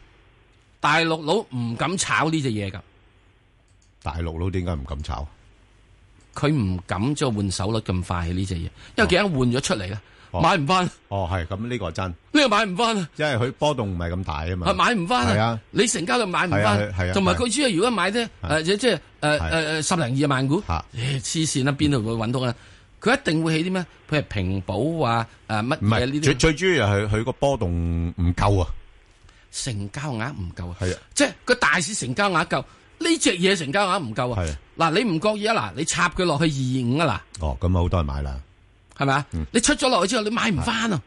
Speaker 2: 大陸佬唔敢炒呢只嘢㗎，
Speaker 1: 大陸佬點解唔敢炒？
Speaker 2: 佢唔敢即係換手率咁快嘅呢只嘢，因為佢一換咗出嚟咧，
Speaker 1: 哦
Speaker 2: 買唔翻，呢
Speaker 1: 哦，係，咁呢個真，因為佢波動唔係咁大啊嘛。
Speaker 2: 個買唔翻啊！係買唔翻
Speaker 1: 係
Speaker 2: 啊
Speaker 1: 啊！
Speaker 2: 你成交量買唔
Speaker 1: 係啊係係
Speaker 2: 翻，
Speaker 1: 啊
Speaker 2: 同埋佢主要如果買咧，誒即即係呃誒誒誒十零二啊萬股，
Speaker 1: 嚇
Speaker 2: 誒黐線啦，邊度會揾到啊？佢一定會起啲咩？譬如平保啊，誒乜
Speaker 1: 唔係，
Speaker 2: 嘢呢
Speaker 1: 最-
Speaker 2: 啲
Speaker 1: 最主要係佢-佢個波動唔夠啊，係啊，
Speaker 2: 成交額唔夠啊！即係個大市成交額夠，呢只嘢成交額唔夠啊
Speaker 1: 係！
Speaker 2: 嗱，你唔覺意啊嗱，你插佢落去二二五啊
Speaker 1: 哦，咁啊，好多人買啦，係，
Speaker 2: 嗱，係咪啊？你出咗落去之後，你買唔翻啊！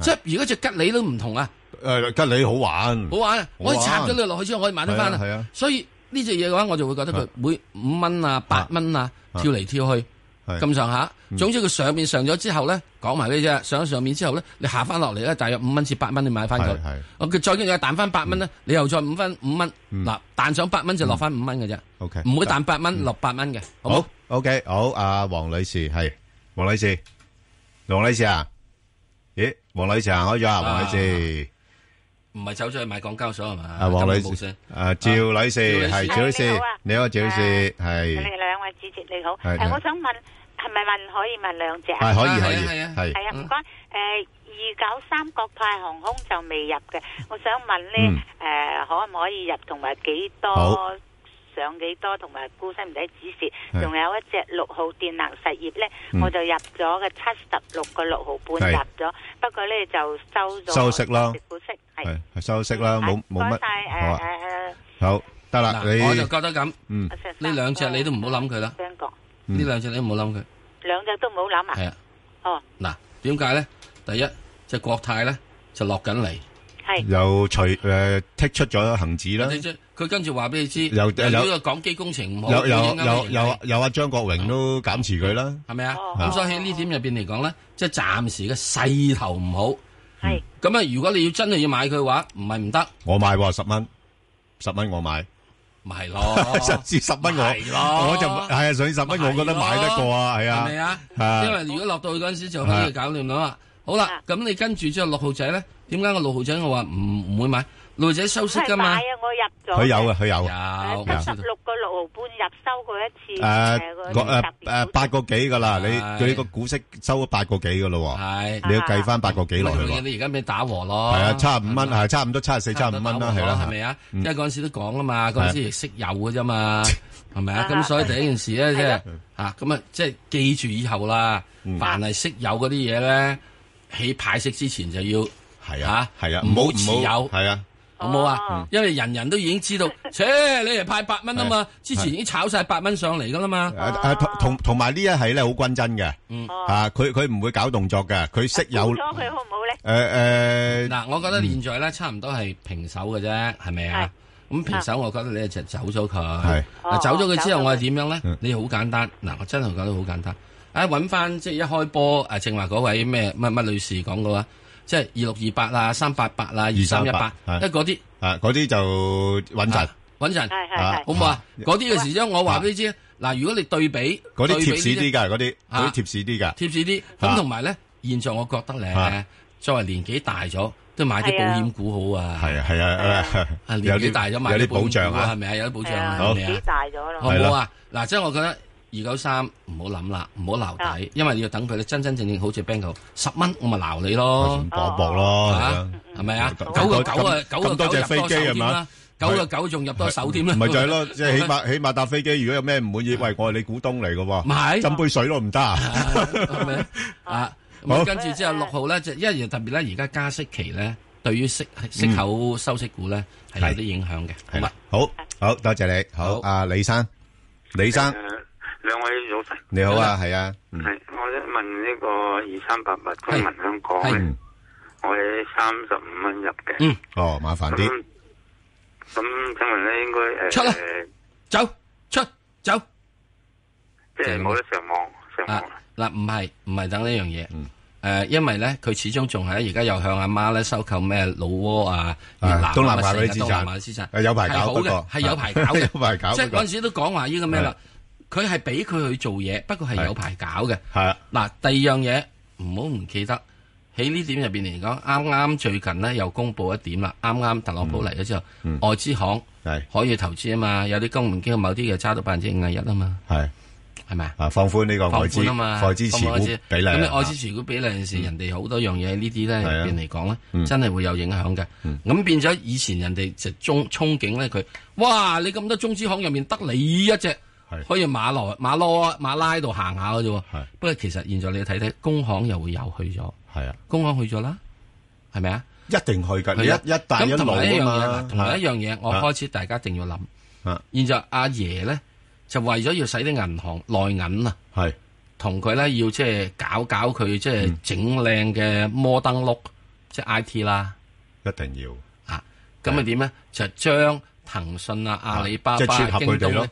Speaker 2: 即係而家只吉利都唔同啊！
Speaker 1: 誒，吉利好玩，
Speaker 2: 好玩啊！
Speaker 1: 好玩
Speaker 2: 我哋插咗你落去之後，我哋買得翻
Speaker 1: 係啊係
Speaker 2: 啦
Speaker 1: 啊。
Speaker 2: 所以呢隻嘢嘅話，我就會覺得佢
Speaker 1: 啊
Speaker 2: 每五蚊啊、八蚊啊
Speaker 1: 啊
Speaker 2: 跳嚟跳去
Speaker 1: 係嗯
Speaker 2: 咁上下。總之佢上面上咗之後咧，講埋呢隻啊上咗上面之後咧，你下翻落嚟咧，大約五蚊至八蚊，你買翻佢
Speaker 1: 係嗯係。
Speaker 2: 哦佢再跟住彈翻八蚊咧，你又再五分五蚊。
Speaker 1: 嗯
Speaker 2: 嗱，彈上八蚊就落翻五蚊嘅啫，
Speaker 1: OK，
Speaker 2: 唔會彈八蚊落八蚊嘅。好
Speaker 1: 嗯
Speaker 2: 冇
Speaker 1: 好，OK，好，阿黃女士係黃女士，黃女士啊，咦，黃女士行開咗啊，黃女士，
Speaker 2: 唔係走咗去買港交所係啊嘛？
Speaker 1: 阿黃女
Speaker 2: 根本冇聲
Speaker 1: 士，啊趙女士係趙女士，你好，趙女士
Speaker 4: 你
Speaker 1: 係
Speaker 4: 兩位主席你好，
Speaker 1: 係
Speaker 4: 誒，
Speaker 1: 係
Speaker 4: 我想問係咪問可以問兩隻啊？
Speaker 1: 係可以
Speaker 2: 啊
Speaker 1: 可以
Speaker 2: 係啊
Speaker 1: 係
Speaker 4: 係
Speaker 3: à,
Speaker 4: 啊，唔該。誒，二九三國泰航空就未入嘅，我想問
Speaker 1: 嗯
Speaker 4: 咧，
Speaker 3: à,
Speaker 4: 誒，可唔可以入，同埋幾
Speaker 1: 好
Speaker 4: 多上幾多，同埋沽使唔使指
Speaker 1: 係
Speaker 4: 示？仲有一隻六號電能實業咧，
Speaker 1: 嗯
Speaker 4: 我就入咗嘅七十六個六毫半
Speaker 1: 係
Speaker 4: 入咗，不過咧就收咗
Speaker 1: 收息啦
Speaker 4: 股息係
Speaker 1: 係係收息啦，冇冇乜
Speaker 4: 唔該晒
Speaker 3: à,
Speaker 4: 誒
Speaker 1: 好啊，
Speaker 4: 誒誒
Speaker 1: 好得啦，
Speaker 2: 嗱，我就
Speaker 1: 你
Speaker 2: 覺得咁，呢
Speaker 1: 嗯
Speaker 4: 阿石生
Speaker 2: 呢兩隻你都唔好諗佢啦
Speaker 4: 聽講
Speaker 1: 嗯
Speaker 2: 兩隻你唔好諗佢，
Speaker 4: 兩隻都唔好諗
Speaker 3: à?
Speaker 4: 啊！
Speaker 2: 係啊。
Speaker 3: Ờ,
Speaker 4: 哦，
Speaker 2: 嗱，點解咧？第一，隻國泰咧就落緊嚟，
Speaker 4: 係
Speaker 1: 又除誒剔出咗恒指啦，
Speaker 2: 你知佢跟住話俾你知，
Speaker 1: 有
Speaker 2: 如
Speaker 1: 有
Speaker 2: 果港機工程唔好，
Speaker 1: 有有
Speaker 2: 影響
Speaker 1: 有
Speaker 2: 佢盈
Speaker 1: 有
Speaker 2: 利
Speaker 1: 有阿張國榮都減持佢啦，
Speaker 2: 係咪啊？
Speaker 4: 哦
Speaker 2: 咁所以呢點入邊嚟講咧，即係暫時嘅勢頭唔好。
Speaker 4: 係。
Speaker 2: 咁啊，如果你要真係要買佢嘅話，唔係唔得，
Speaker 1: 我買喎十蚊，十蚊我買。，
Speaker 2: 咪係咯
Speaker 1: 甚至10蚊我-
Speaker 2: 咪係咯。
Speaker 1: 我就-係啊，所以10蚊我覺得買得過啊，係啊。
Speaker 2: 係咪啊？
Speaker 1: 啊
Speaker 2: 因為如果落到去嗰陣時就可以搞掂啦嘛。好啦
Speaker 4: 啊，
Speaker 2: 咁你跟住之後六號仔咧，點解我六號仔我話唔唔會買？六號仔收息
Speaker 4: 係
Speaker 2: 㗎嘛
Speaker 4: 買，
Speaker 3: à,
Speaker 4: 啊！我入咗嘅。
Speaker 1: 佢有啊，佢有啊。
Speaker 2: 有我
Speaker 4: 七
Speaker 2: 知
Speaker 4: 十
Speaker 2: 道
Speaker 4: 六個六毫半入收過一次。
Speaker 1: 誒，
Speaker 3: à,
Speaker 4: 誒，
Speaker 1: 個-
Speaker 4: 嗰啲特別
Speaker 1: 誒，誒，八個幾㗎啦，你-
Speaker 2: 係。
Speaker 1: 佢個股息收咗八個幾㗎咯喎，
Speaker 2: 係。
Speaker 1: 你要計返八個幾落去喎。啊
Speaker 2: 咁咪你而家咪打和咯，
Speaker 1: 係啊，差五蚊，係，差唔多七十四、
Speaker 2: 差唔多
Speaker 1: 75蚊啦，
Speaker 2: 打和
Speaker 1: 係啦，嗯
Speaker 2: 係咪啊？因為嗰陣時都講啦嘛，嗰陣時亦識有嘅 啫嘛，係咪啊？
Speaker 4: 啊
Speaker 2: 咁所以第一件事咧，即係嚇咁啊，即係記住以後啦，
Speaker 1: 嗯
Speaker 2: 凡係識有嗰啲嘢咧，喺派息之前就要
Speaker 1: 係啊，
Speaker 2: 嚇，
Speaker 1: 係啊，
Speaker 2: 唔好
Speaker 1: 唔好-
Speaker 2: 持
Speaker 1: 唔好-
Speaker 2: 有。好冇啊
Speaker 1: 嗯
Speaker 4: 哦？
Speaker 2: 因為人人都已經知道，切你係派八蚊啊嘛，之前已經炒晒八蚊上嚟噶啦嘛。
Speaker 1: 係啊，誒，誒，同-同-同埋呢一係呢，好均真嘅，
Speaker 4: 哦
Speaker 1: 啊，佢-佢唔會搞動作嘅，佢息有-
Speaker 4: 沽咗佢好唔好咧？
Speaker 1: 誒，誒，
Speaker 2: 嗱，我覺
Speaker 1: 嗯
Speaker 2: 得現在咧差唔多係平手嘅啫，係咪啊？咁平手，我覺得你就走咗佢
Speaker 1: 係。
Speaker 2: 嗱，走咗佢之後，
Speaker 4: 哦
Speaker 2: 我係點樣咧
Speaker 1: 嗯？
Speaker 2: 你好簡單，嗱，我真係覺得好簡單。啊，揾翻即係一開波，誒，正話嗰位咩乜乜女士講嘅話，即係二六二八啊、三八八啊、二三一八，
Speaker 1: 係
Speaker 2: 即係嗰啲
Speaker 1: 啊，嗰啲就穩陣，
Speaker 2: 啊穩
Speaker 4: 係
Speaker 2: 陣，
Speaker 4: 係
Speaker 1: 啊
Speaker 4: 係
Speaker 2: 好唔好啊？嗰啲嘅時鐘，我話俾你知，嗱，如果你對比
Speaker 1: 嗰啲
Speaker 2: 對比呢
Speaker 1: 貼士啲㗎，嗰啲-
Speaker 2: 啊。
Speaker 1: 嗰啲貼士啲㗎。
Speaker 2: 貼士啲，
Speaker 1: 啊
Speaker 2: 咁同埋咧，現在我覺得咧
Speaker 1: 啊，
Speaker 2: 作為年紀大咗，都買啲
Speaker 4: 係
Speaker 2: 保
Speaker 4: 啊
Speaker 2: 險股好啊。
Speaker 1: 係啊係啊，
Speaker 2: 啊，年
Speaker 1: 有
Speaker 2: 紀
Speaker 1: 啲
Speaker 2: 大咗買
Speaker 1: 有啲
Speaker 2: 保險
Speaker 1: 保障
Speaker 2: 股係
Speaker 1: 啊，
Speaker 2: 咪啊？有啲保障
Speaker 4: 係
Speaker 2: 啊
Speaker 4: 啊，
Speaker 2: 係咪
Speaker 4: 年紀
Speaker 2: 啊？
Speaker 4: 大咗
Speaker 2: 好
Speaker 4: 咯。
Speaker 2: 唔好啊？嗱，即係我覺得二九三唔好諗啦，唔好撈底，因為你要等佢咧真真正正好似 Bank 十蚊我咪撈你咯
Speaker 1: 咁，搏一搏咯，係
Speaker 2: 嚇
Speaker 1: 啊
Speaker 2: 係咪啊？
Speaker 1: 咁
Speaker 2: 九
Speaker 1: 多
Speaker 2: 個九啊，
Speaker 1: 咁
Speaker 2: 九個
Speaker 1: 咁多
Speaker 2: 九
Speaker 1: 隻
Speaker 2: 入
Speaker 1: 飛
Speaker 2: 多
Speaker 1: 機
Speaker 2: 手
Speaker 1: 係
Speaker 2: 添啦
Speaker 1: 嘛，
Speaker 2: 九個九仲入多手添啦，
Speaker 1: 咪就係咯，即係起碼起碼搭飛機，如果有咩唔滿意，喂，我係你股東嚟嘅
Speaker 2: 咪係
Speaker 1: 喎，斟杯水都唔得啊，
Speaker 2: 係咪啊？
Speaker 1: 好
Speaker 2: 咁跟住之後六號咧，就因為特別咧，而家加息期咧，對於息息口收息股咧係有啲影響嘅。好
Speaker 1: 係
Speaker 2: 嘛
Speaker 1: 啦，，好好多謝你，好
Speaker 2: 好
Speaker 1: 阿李生，李生
Speaker 5: 誒呃兩位早晨，
Speaker 1: 你好啊，係啊，嗯
Speaker 5: 係我想問呢個二三八八中文香港
Speaker 2: 係
Speaker 5: 咧，我喺三十五蚊入嘅，
Speaker 2: 嗯
Speaker 1: 哦，麻煩啲，
Speaker 5: 咁咁請問咧應該呃
Speaker 2: 出啦
Speaker 5: 誒，
Speaker 2: 走出走
Speaker 5: 即係冇得上網上
Speaker 2: 啊
Speaker 5: 網，！
Speaker 2: 嗱，唔係唔係等呢樣嘢
Speaker 1: 嗯。
Speaker 2: 誒，因為咧，佢始終仲係而家又向阿媽咧收購咩老窩啊、越南啊
Speaker 1: 東南亞嗰啲
Speaker 2: 成日
Speaker 1: 資產
Speaker 2: 東南亞資產
Speaker 1: 誒有排搞
Speaker 2: 係好
Speaker 1: 不過
Speaker 2: 嘅，係有排搞嘅，
Speaker 1: 有排搞
Speaker 2: 即係
Speaker 1: 不過
Speaker 2: 嗰陣時都講話呢個咩啦，佢係俾佢去做嘢，不過係有排搞嘅。
Speaker 1: 係啊，
Speaker 2: 嗱，第二樣嘢唔好唔記得喺呢點入邊嚟講，啱啱最近呢又公布一點啦，啱啱特朗普嚟咗之後，
Speaker 1: 嗯
Speaker 2: 外資行
Speaker 1: 係
Speaker 2: 可以投資啊嘛，有啲公募基金某啲嘅揸到百分之五廿一啊嘛，
Speaker 1: 係
Speaker 2: 係咪啊？
Speaker 1: 啊，放寬呢個
Speaker 2: 放
Speaker 1: 外資
Speaker 2: 寬啊嘛，
Speaker 1: 外資持
Speaker 2: 放寬
Speaker 1: 股
Speaker 2: 外資
Speaker 1: 比例
Speaker 2: 咁你
Speaker 1: 啊，嗯
Speaker 2: 外資持股比例有時人哋好多樣嘢呢啲咧
Speaker 1: 係啊
Speaker 2: 入邊嚟講
Speaker 1: 嗯
Speaker 2: 咧，真係會有影響嘅
Speaker 1: 嗯。
Speaker 2: 咁變咗以前人哋就憧憧憬咧佢，哇！你咁多中資行入面得你一隻
Speaker 1: 係
Speaker 2: 可以馬來馬羅啊馬拉度行下嘅啫喎。
Speaker 1: 係
Speaker 2: 不過其實現在你睇睇，工行又會有去咗，
Speaker 1: 係啊，
Speaker 2: 工行去咗啦，係咪啊？
Speaker 1: 一定去㗎，你
Speaker 2: 係啊
Speaker 1: 一一帶一
Speaker 2: 咁同
Speaker 1: 路
Speaker 2: 埋一樣嘢
Speaker 1: 啊
Speaker 2: 嗱，同埋
Speaker 1: 嘛，
Speaker 2: 一樣嘢，我
Speaker 1: 啊
Speaker 2: 開始大家一定要諗。
Speaker 1: 啊
Speaker 2: 現在阿爺咧就為咗要使啲銀行內銀啊。
Speaker 1: 係
Speaker 2: 同佢咧要即係搞搞佢即
Speaker 1: 嗯
Speaker 2: 係整靚嘅摩登 look，即係 I T 啦
Speaker 1: 一定要。
Speaker 2: 啊！咁啊點咧？就將騰訊啊、阿里巴
Speaker 1: 即係
Speaker 2: 巴、
Speaker 1: 撮合
Speaker 2: 京
Speaker 1: 佢哋
Speaker 2: 東
Speaker 1: 咯
Speaker 2: 咧，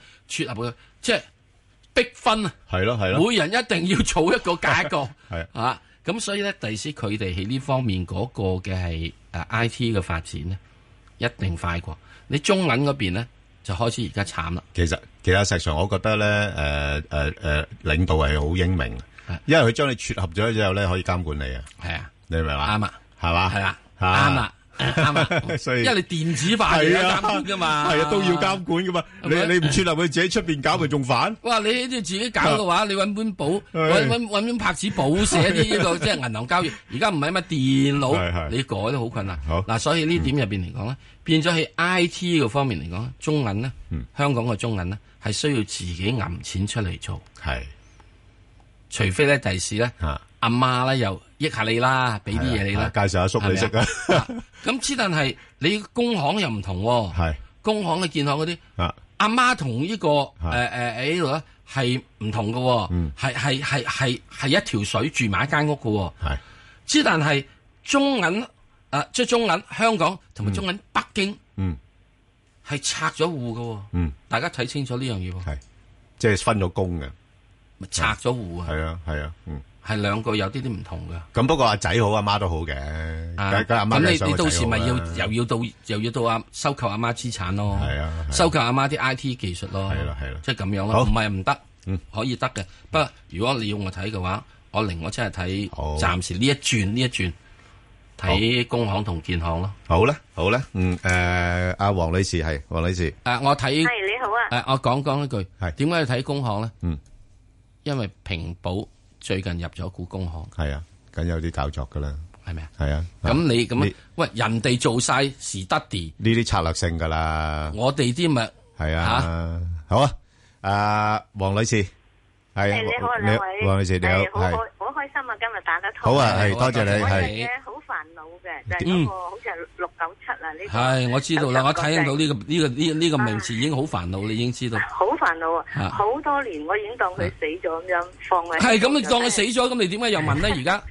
Speaker 2: 撮合佢，即係逼分啊！
Speaker 1: 系咯系咯，
Speaker 2: 每人一定要做一個嫁一個
Speaker 1: 係
Speaker 2: 啊！咁所以咧，第時佢哋喺呢方面嗰個嘅係誒 I T 嘅發展咧，一定快過你中銀嗰邊咧，就開始而家慘啦。
Speaker 1: 其實其實石 Sir，我覺得咧，诶诶诶，领导係好英明
Speaker 2: 係，
Speaker 1: 因為佢將你撮合咗之後咧，可以監管你啊，
Speaker 2: 係啊，
Speaker 1: 你明唔明啊？
Speaker 2: 啱啊，
Speaker 1: 係嘛？
Speaker 2: 係啊，啱
Speaker 1: 啊
Speaker 2: 啊，啱啊，
Speaker 1: 所以
Speaker 2: 因為你電子化就有
Speaker 1: 係
Speaker 2: 監
Speaker 1: 啊，
Speaker 2: 管噶嘛，
Speaker 1: 係啊，都要監管噶嘛。
Speaker 2: 係
Speaker 1: 你
Speaker 2: 咪
Speaker 1: 你唔撮合佢自己出边搞，咪仲反？
Speaker 2: 哇！你呢啲自己搞嘅話，你揾本簿，
Speaker 1: 啊係
Speaker 2: 揾揾揾本拍子簿寫 啲呢個即係銀行交易。而家唔係乜
Speaker 1: 係係
Speaker 2: 電腦，你改都好困難。
Speaker 1: 好
Speaker 2: 嗱，所以呢點入邊嚟講咧，變咗喺 I T 嘅方面嚟講，中銀咧
Speaker 1: 嗯，
Speaker 2: 香港嘅中銀咧係需要自己揞錢出嚟做，
Speaker 1: 係
Speaker 2: 除非咧第時咧
Speaker 1: 吓，
Speaker 2: 阿媽咧又益下你啦，俾啲嘢你
Speaker 1: 係啊
Speaker 2: 啦。
Speaker 1: 介紹阿叔你識啊，
Speaker 2: 嗱咁之但係你工行又唔 同喎，
Speaker 1: 係
Speaker 2: 工行嘅建行嗰啲。
Speaker 1: 啊，
Speaker 2: 阿媽同呢個誒
Speaker 1: 係
Speaker 2: 誒誒呢度咧係唔同嘅
Speaker 1: 嗯
Speaker 2: 喎，係係係係係一條水住埋一間屋嘅喎。
Speaker 1: 係
Speaker 2: 之但係中銀誒即係中銀香港同埋中銀北京
Speaker 1: 嗯
Speaker 2: 係拆咗戶嘅喎，
Speaker 1: 嗯，
Speaker 2: 大家睇清楚呢樣嘢喎，
Speaker 1: 係即係分咗工嘅，
Speaker 2: 咪拆咗戶啊，
Speaker 1: 係啊係啊，嗯。
Speaker 2: 係兩個有啲啲唔同嘅。
Speaker 1: 咁不過阿仔好，阿媽都好嘅，
Speaker 2: 啊
Speaker 1: 梗梗阿媽
Speaker 2: 咁
Speaker 1: 梗係
Speaker 2: 你
Speaker 1: 想
Speaker 2: 你
Speaker 1: 個仔
Speaker 2: 到時咪
Speaker 1: 好
Speaker 2: 要
Speaker 1: 啦
Speaker 2: 又要到又要到阿收購阿媽資產咯，
Speaker 1: 係啊係啊
Speaker 2: 收購阿媽啲 I T 技術咯，
Speaker 1: 係啦係啦
Speaker 2: 即係咁樣
Speaker 1: 好
Speaker 2: 咯，唔係唔得
Speaker 1: 嗯，
Speaker 2: 可以得嘅。不過如果你要我睇嘅話，我寧我真係
Speaker 1: 好
Speaker 2: 睇暫時呢一轉呢一轉睇工行同建行咯。
Speaker 1: 好啦好啦，嗯诶，阿黃女士係黃女士
Speaker 2: 誒，我睇
Speaker 3: 係你好啊，
Speaker 2: 誒，我講講一句
Speaker 1: 係，
Speaker 2: 點解要睇工行咧？
Speaker 1: 嗯，
Speaker 2: 因為平保最近入咗股工行，
Speaker 1: 係啊，梗有啲搞作噶啦，
Speaker 2: 係咪啊？
Speaker 1: 係啊，啊
Speaker 2: 咁你咁
Speaker 1: 你
Speaker 2: 啊喂，人哋做晒時得地，
Speaker 1: 呢啲策略性噶啦，
Speaker 2: 我哋啲咪
Speaker 1: 係啊，好啊，阿黃女士係
Speaker 3: 誒你好啊，兩位，
Speaker 1: 黃女士你好，
Speaker 3: 係好
Speaker 1: 係
Speaker 3: 開好開心啊，今日打得通
Speaker 1: 好啊，
Speaker 2: 好啊
Speaker 1: 係多謝你
Speaker 3: 我有
Speaker 1: 係
Speaker 2: 係
Speaker 3: 嘢好煩惱嘅，就係嗰個好似係六九七啊呢個。
Speaker 2: 系，我知道啦，
Speaker 3: 有
Speaker 2: 我
Speaker 3: 十個
Speaker 2: 睇
Speaker 3: 掣
Speaker 2: 到呢、個呢、個呢、呢個
Speaker 3: 啊
Speaker 2: 名詞已經好煩惱，你已經知道。
Speaker 3: 好煩惱啊！
Speaker 2: 啊
Speaker 3: 好多年我已經當佢死咗咁樣放喺。
Speaker 2: 係咁，你當佢死。咗，咁你點啊解又 問咧？而家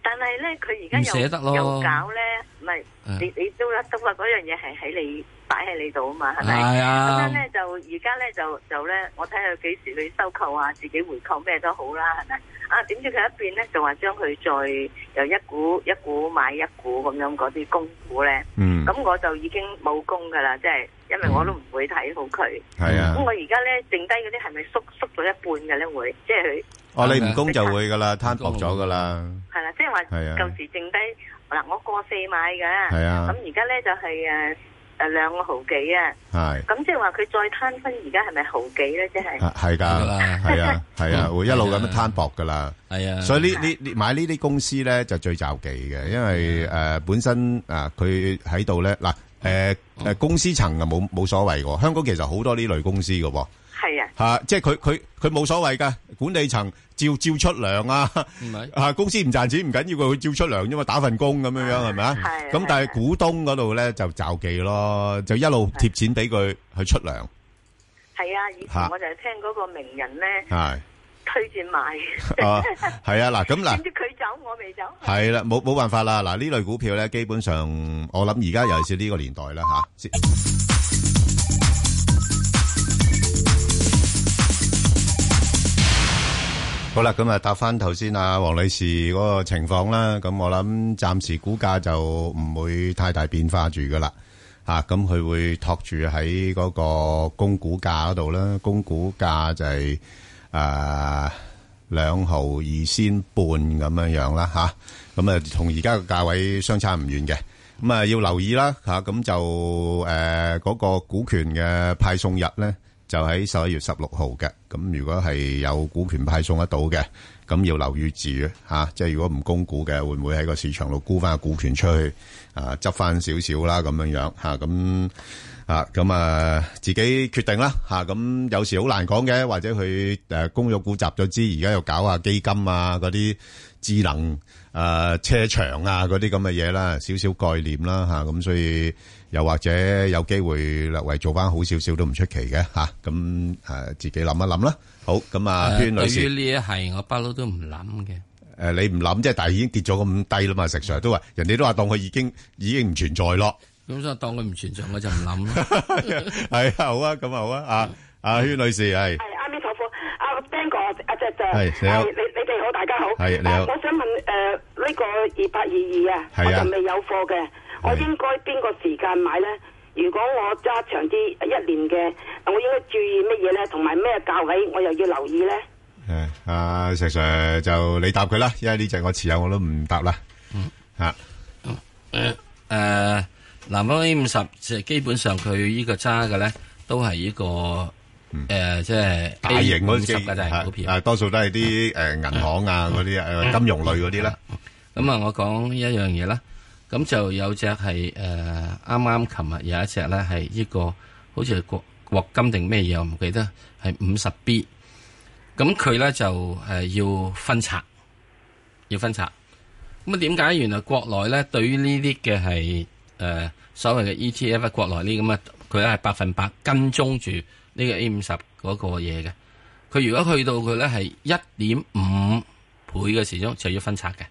Speaker 3: 但係咧，佢而家
Speaker 2: 唔
Speaker 3: 又
Speaker 2: 捨得咯
Speaker 3: 又搞咧，唔係
Speaker 2: 嗯
Speaker 3: 你你都得得啦，嗰樣嘢係喺你擺喺你度啊嘛，係咪？
Speaker 2: 係
Speaker 3: 咁
Speaker 2: 啊
Speaker 3: 樣，咧就而家咧就就咧，我睇下幾時去收購啊，自己回購咩都好啦，係咪？啊，點知佢一邊咧就話將佢再由一股一股買一股咁樣嗰啲公股咧，
Speaker 1: 嗯
Speaker 3: 咁我就已經冇供噶啦，即係因為我都唔會睇好佢。
Speaker 1: 係啊
Speaker 3: 咁，我而家咧剩低嗰啲係咪縮縮咗一半嘅咧？會即係佢
Speaker 1: 哦你唔供就會噶啦，攤薄咗噶啦，
Speaker 3: 係啦，即係話
Speaker 1: 係啊
Speaker 3: 舊時剩低嗱，我過四買嘅，
Speaker 1: 係啊
Speaker 3: 咁而家咧就係誒誒兩個毫幾啊，
Speaker 1: 係
Speaker 3: 咁即係話佢再攤分，而家係咪毫幾咧？即係
Speaker 1: 啊係㗎，
Speaker 2: 係㗎啦
Speaker 1: 係啊 係啊，
Speaker 2: 嗯
Speaker 1: 會一路咁樣
Speaker 2: 係啊
Speaker 1: 攤薄噶啦。
Speaker 2: 係啊，
Speaker 1: 所以呢呢呢買呢啲公司咧就最就忌嘅，因為誒、呃本身啊佢喺度咧嗱誒誒公司層啊冇冇所謂嘅喎，香港其實好多呢類公司嘅喎，
Speaker 3: 係啊，
Speaker 1: 吓，即係佢佢佢冇所謂㗎，管理層照照出糧啊，
Speaker 2: 唔係
Speaker 1: 啊公司唔賺錢唔緊要，佢照出糧啫嘛，打份工咁樣樣係咪啊？
Speaker 3: 係
Speaker 1: 咁但係
Speaker 3: 係
Speaker 1: 股東嗰度咧就罩忌咯，就一路貼錢俾佢去出糧，
Speaker 3: 系啊，以前
Speaker 1: 嚇
Speaker 3: 我就係聽嗰個名人咧
Speaker 1: 係啊
Speaker 3: 推薦買，
Speaker 1: 係啊嗱，咁嗱
Speaker 3: 點。知佢走我未走。
Speaker 1: 系啦，冇冇办法啦。嗱，呢类股票咧，基本上我谂而家尤其是呢个年代啦吓。先好啦，咁啊，答翻头先啊，黄女士嗰个情况啦。咁我谂暂时股价就唔会太大变化住噶啦。吓，咁佢會托住喺嗰個供股價嗰度啦，供股價就係啊誒兩毫二仙半咁樣樣啦吓，咁啊同而家嘅價位相差唔遠嘅，咁啊要留意啦吓，咁就誒嗰個股權嘅派送日咧就喺十一月十六號嘅，咁如果係有股權派送得到嘅。咁要留意住嚇，即係如果唔供股嘅，會唔會喺個市場度沽翻個股權出去啊，執翻少少啦咁樣樣嚇，咁啊咁啊自己決定啦嚇，咁有時好難講嘅，或者佢誒供咗股集咗資，而家又搞下基金啊嗰啲智能誒、呃、車場啊嗰啲咁嘅嘢啦，少少概念啦嚇，咁、所以。又或者有機會略為做翻好少少都唔出奇嘅嚇，咁、啊、誒自己諗一諗啦。好咁啊，
Speaker 2: 誒
Speaker 1: 圈女
Speaker 2: 對
Speaker 1: 士
Speaker 2: 於。呢一系，我不嬲都唔諗嘅。
Speaker 1: 诶，呃你唔諗啫，但係已經跌咗咁低啦嘛，石 Sir 都話，人哋都話當佢已經已經唔存在 咯。
Speaker 2: 咁所以當佢唔存在，我就唔 諗啦。
Speaker 1: 係啊，好啊，咁啊，好啊，啊，阿圈女士係
Speaker 6: 係啱啱坐貨，阿 Ben 哥，阿隻隻，
Speaker 1: 係你好
Speaker 6: 係你你哋好，大家好，
Speaker 1: 係你好
Speaker 6: 啊我想問誒呢個二八二
Speaker 1: 係
Speaker 6: 二
Speaker 1: 啊
Speaker 6: 啊，我就未有貨嘅，我應該邊個時間買咧？如果我揸長啲一年嘅，我應該注意乜嘢咧？同埋咩價位我又要留意咧？
Speaker 1: 诶，阿啊石 Sir 就你答佢啦，因為呢隻我持有我都唔答啦。
Speaker 2: 嗯
Speaker 1: 啊吓，
Speaker 2: 誒，南方 A 五十即係基本上佢呢個揸嘅咧，都係呢個誒，即係
Speaker 1: 嗯大型嗰
Speaker 2: 五十
Speaker 1: 啲
Speaker 2: 嘅大型股
Speaker 1: 啊
Speaker 2: 票。嗯
Speaker 1: 啊多數都係啲诶银行啊嗰啲诶金融類嗰啲啦。
Speaker 2: 咁啊，我講一樣嘢啦。咁就有隻係誒，呃啱啱琴日有一隻咧係呢個，好似係國國金定咩嘢，我唔記得，係五十 B。咁佢咧就誒要分拆，要分拆。咁啊，點解原來國內咧對於呢啲嘅係誒所謂嘅 ETF 啊國內呢啲咁啊，佢係百分百跟蹤住呢個 A 五十嗰個嘢嘅。佢如果去到佢咧係一點五倍嘅時鐘就要分拆嘅。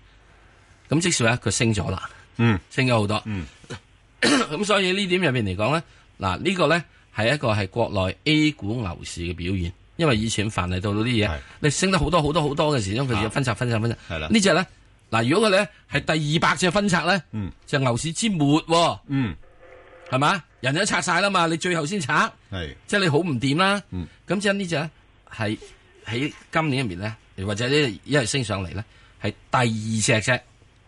Speaker 2: 咁即使話佢升咗啦，
Speaker 1: 嗯，
Speaker 2: 升咗好多。
Speaker 1: 嗯
Speaker 2: 咁所以呢點入面嚟講咧，嗱、呢個咧係一個係國內 A 股牛市嘅表現，因為以前凡係到到啲嘢
Speaker 1: 係，啊
Speaker 2: 你升得好多好多好多嘅時鐘，佢就要分拆分拆分拆。
Speaker 1: 係啦
Speaker 2: 呢只咧，嗱，如果佢咧係第二百隻分拆咧，
Speaker 1: 嗯
Speaker 2: 就牛市之末喎、
Speaker 1: 嗯，
Speaker 2: 係嘛？人人都拆晒啦嘛，你最後先拆，
Speaker 1: 係
Speaker 2: 即係你好唔掂啦。
Speaker 1: 嗯
Speaker 2: 咁即係呢只咧係喺今年入面咧，或者呢一係升上嚟咧，係第二隻啫，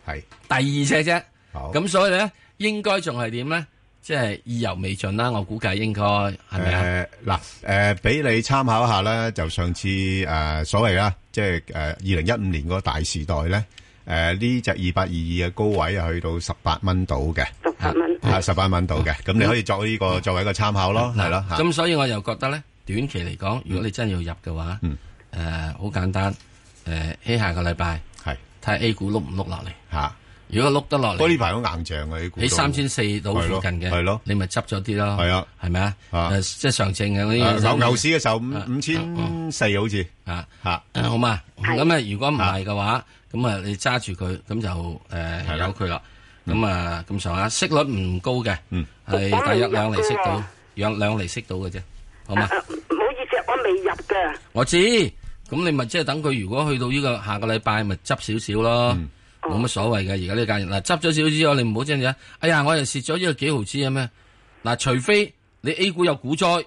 Speaker 1: 係
Speaker 2: 第二隻啫。
Speaker 1: 好。
Speaker 2: 咁所以咧，應該仲係點咧？即係意猶未盡啦，我估計應該係咪啊？
Speaker 1: 誒嗱誒，俾、你參考一下咧，就上次誒、呃所謂啦，即係誒二零一五年嗰個大時代咧，誒呢只二八二二嘅高位啊，去到十八蚊度嘅，
Speaker 6: 十八蚊。
Speaker 1: 啊十八蚊度嘅，咁你可以作呢、個作為一個參考咯，係咯嚇，
Speaker 2: 咁所以我又覺得咧，短期嚟講，如果你真係要入嘅話，
Speaker 1: 嗯
Speaker 2: 誒好簡單，誒喺下個禮拜
Speaker 1: 係
Speaker 2: 睇下 A 股碌唔碌落嚟。
Speaker 1: 嚇。
Speaker 2: 如果碌得落
Speaker 1: 不過呢
Speaker 2: 嚟，
Speaker 1: 排好硬淨嘅啲股，
Speaker 2: 喺三千四到附近
Speaker 1: 係
Speaker 2: 嘅
Speaker 1: 咯，
Speaker 2: 你咪執咗啲咯。
Speaker 1: 係啊，
Speaker 2: 係咪啊？
Speaker 1: 啊
Speaker 2: 誒即係上證嘅嗰
Speaker 1: 啊
Speaker 2: 啲
Speaker 1: 牛牛市嘅時候
Speaker 2: 啊
Speaker 1: 五五千四好似
Speaker 2: 啊。
Speaker 1: 嚇，
Speaker 2: 啊好嘛，
Speaker 6: 係
Speaker 2: 咁啊，如果唔係嘅話，咁啊，你揸住佢，咁就誒
Speaker 1: 係啦
Speaker 2: 有佢啦。咁啊，咁上下息率唔高嘅
Speaker 1: 嗯，
Speaker 2: 係
Speaker 6: 我
Speaker 2: 大約
Speaker 6: 我
Speaker 2: 兩厘息
Speaker 6: 我
Speaker 2: 到
Speaker 6: 我，
Speaker 2: 兩兩厘息到嘅啫，好嘛
Speaker 6: 啊？啊唔好意思，我未入嘅，
Speaker 2: 我知，咁你咪即係等佢，如果去到呢個下個禮拜，咪執少少咯，
Speaker 1: 嗯
Speaker 2: 冇乜所謂嘅。而家呢個價錢，嗱執咗少少之後，你唔好真係，哎呀，我又蝕咗呢個幾毫子嘅咩？嗱，除非你 A 股有股災，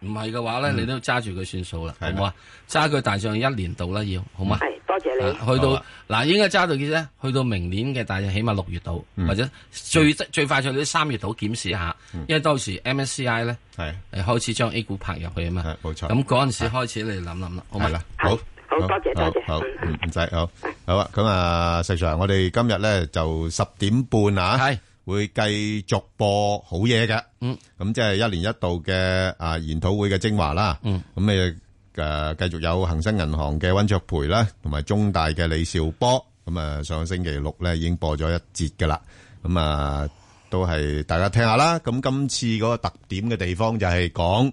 Speaker 2: 唔係嘅話咧，你都揸住佢算數啦，好
Speaker 1: 嗯係啦
Speaker 2: 唔好啊？揸佢大上一年度啦，要好嘛？
Speaker 6: 係多謝你。
Speaker 2: 啊去
Speaker 1: 好
Speaker 2: 到
Speaker 1: 啊
Speaker 2: 嗱，應該揸到幾啫？去到明年嘅，大約起碼六月度，
Speaker 1: 嗯
Speaker 2: 或者最最快最到三月度檢視一下，因為到時 MSCI 咧
Speaker 1: 係
Speaker 2: 誒開始將 A 股拍入去啊嘛
Speaker 1: 係，冇錯
Speaker 2: 咁嗰陣時開始你諗諗啦，好嘛
Speaker 1: 係？啦，好，
Speaker 6: 好多謝多謝
Speaker 1: 好，好嗯唔使，好，好啊，咁啊，石 Sir，我哋今日咧就十點半啊，
Speaker 2: 係
Speaker 1: 會繼續播好嘢嘅，
Speaker 2: 嗯，
Speaker 1: à, 咁即係一年一度嘅啊研討會嘅精華啦，
Speaker 2: 嗯，
Speaker 1: 咁誒诶继续有恒生銀行嘅温卓培啦，同埋中大嘅李兆波。咁啊，上個星期六咧已經播咗一節噶啦。咁啊，都係大家聽下啦。咁今次嗰個特點嘅地方就係講